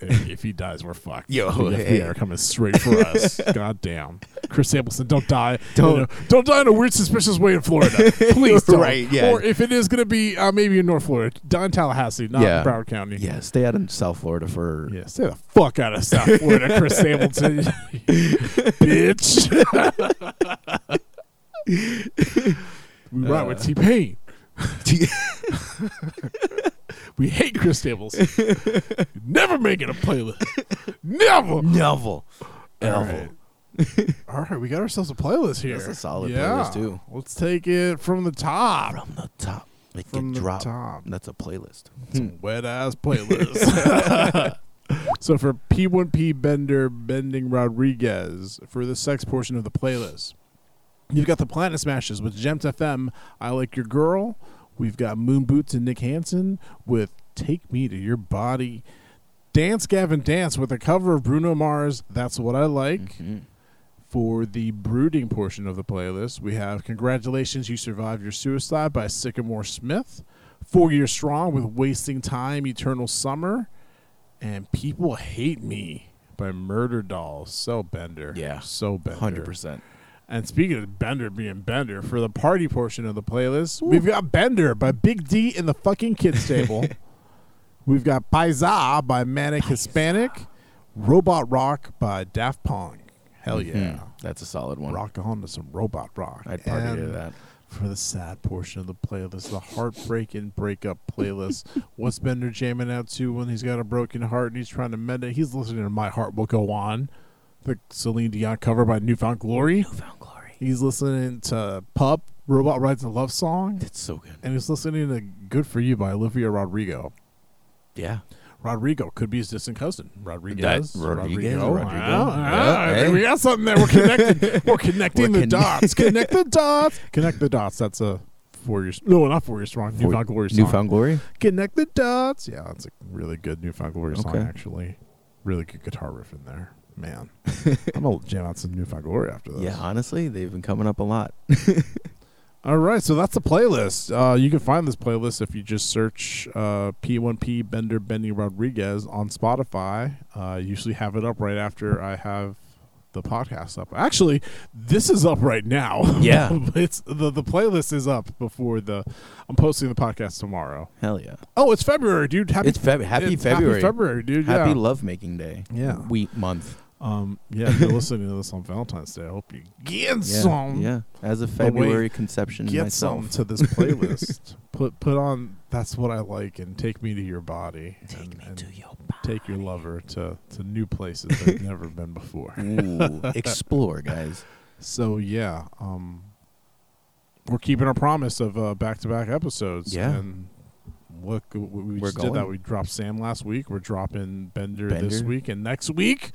S2: if, if he dies, we're fucked.
S3: Yo,
S2: the FBI
S3: hey.
S2: are coming straight for us. God damn, Chris Stapleton, don't die.
S3: Don't-
S2: You know, don't die in a weird, suspicious way in Florida, please. Don't.
S3: Right, yeah.
S2: Or if it is gonna be uh, maybe in North Florida, die in Tallahassee, not
S3: Yeah.
S2: in Broward County.
S3: yeah, stay out in South Florida for
S2: Yeah, stay the fuck out of South Florida, Chris Stapleton, bitch. we ride with T Pain. We hate Chris Stapleton. Never making a playlist. Never.
S3: novel.
S2: All right. All right, we got ourselves a playlist here.
S3: That's a solid playlist, too.
S2: Let's take it from the top.
S3: From the top, make
S2: From
S3: it
S2: the
S3: drop.
S2: top.
S3: That's a playlist.
S2: Wet ass playlist. so for P1P Bender Bending Rodriguez for the sex portion of the playlist, you've got the Planet Smashes with Gems FM. I like your girl. We've got Moon Boots and Nick Hansen with Take Me to Your Body. Dance Gavin Dance with a cover of Bruno Mars. That's what I like. For the brooding portion of the playlist, we have Congratulations, You Survived Your Suicide by Sycamore Smith, Four Years Strong with Wasting Time, Eternal Summer, and People Hate Me by Murder Dolls. So Bender.
S3: Yeah.
S2: So Bender.
S3: Hundred percent.
S2: And speaking of Bender being Bender, for the party portion of the playlist, we've got Bender by Big D and the fucking kids table. we've got Paisa by Manic Hispanic, Robot Rock by Daft Punk. Hell
S3: Mm-hmm.
S2: yeah.
S3: That's a solid one.
S2: Rock on to some robot rock.
S3: I'd party to
S2: And
S3: that.
S2: For the sad portion of the playlist, the heartbreaking breakup playlist. What's Bender jamming out to when he's got a broken heart and he's trying to mend it? He's listening to My Heart Will Go On, the Celine Dion cover by Newfound Glory.
S3: Found glory.
S2: He's listening to Pup, Robot Rides a Love Song,
S3: It's so good.
S2: and he's listening to Good For You by Olivia Rodrigo.
S3: Yeah.
S2: Rodrigo could be his distant cousin. Rodriguez.
S3: Rodriguez,
S2: Rodrigo.
S3: Rodrigo.
S2: Wow,
S3: Yeah,
S2: wow, I think
S3: hey.
S2: we got something there. We're connecting. We're connecting
S3: We're
S2: the
S3: connect-
S2: dots. Connect the dots. Connect the dots. That's a four years. No, not four years wrong. Newfound Glory song.
S3: Newfound glory.
S2: Connect the dots. Yeah, that's a really good Newfound Glory song,
S3: Okay.
S2: actually. Really good guitar riff in there. Man, I'm gonna jam out some new Fagor after this.
S3: Yeah, honestly, they've been coming up a lot.
S2: All right, so that's the playlist. Uh, you can find this playlist if you just search uh, P1P Bender Benny Rodriguez on Spotify. Uh, I usually have it up right after I have the podcast up. Actually, this is up right now.
S3: Yeah.
S2: it's the the playlist is up before the. I'm posting the podcast tomorrow.
S3: Hell yeah.
S2: Oh, it's February, dude. Happy
S3: It's Feb- happy
S2: it's Happy
S3: February.
S2: February, dude.
S3: Happy
S2: yeah.
S3: lovemaking day.
S2: Yeah.
S3: Week month.
S2: um, yeah. If you're listening to this on Valentine's Day, I hope you get
S3: Yeah.
S2: some.
S3: Yeah. As a
S2: way-
S3: February conception
S2: get
S3: myself.
S2: some to this playlist. put put on that's what I like and take me to your body. Take and, me to your body. Take your lover to, to new places they've never been before.
S3: Ooh, explore, guys.
S2: So yeah, um, we're keeping our promise of uh, back-to-back episodes.
S3: Yeah.
S2: And look, we, we
S3: We're
S2: just did that.
S3: going.
S2: We dropped Sam last week. We're dropping Bender, this
S3: Bender.
S2: week and next week.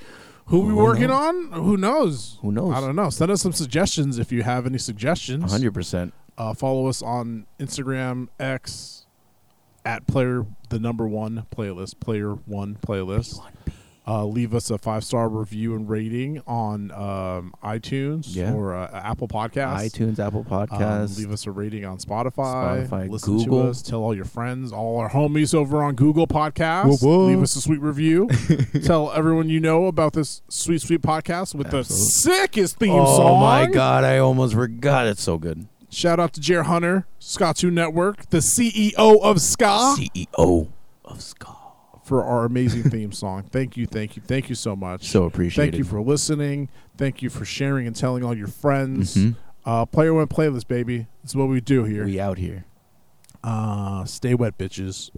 S2: Who we
S3: Who
S2: working
S3: knows?
S2: on? Who knows?
S3: Who knows?
S2: I don't know. Send us some suggestions if you have any suggestions.
S3: 100%.
S2: Uh, follow us on Instagram, X, at player the number one playlist, player one playlist. Uh, leave us a five star review and rating on um, iTunes
S3: Yeah.
S2: or uh, Apple Podcasts.
S3: iTunes, Apple
S2: Um,
S3: Podcasts.
S2: leave us a rating on Spotify.
S3: Spotify,
S2: Listen to
S3: Google.
S2: us. Tell all your friends, all our homies over on Google Podcasts.
S3: Whoop, whoop.
S2: Leave us a sweet review. tell everyone you know about this sweet, sweet podcast with
S3: Absolutely.
S2: the sickest theme
S3: oh
S2: song.
S3: my God, I almost forgot. It's so good.
S2: Shout out to Jer Hunter, Scott 2 Network, the CEO of Ska,
S3: CEO E of Ska.
S2: for our amazing theme song. Thank you, thank you, thank you so much.
S3: So appreciated.
S2: Thank you for listening. Thank you for sharing and telling all your friends.
S3: Mm-hmm.
S2: Uh, player one playlist, baby. That's what we do here.
S3: We out here.
S2: Uh, stay wet, bitches.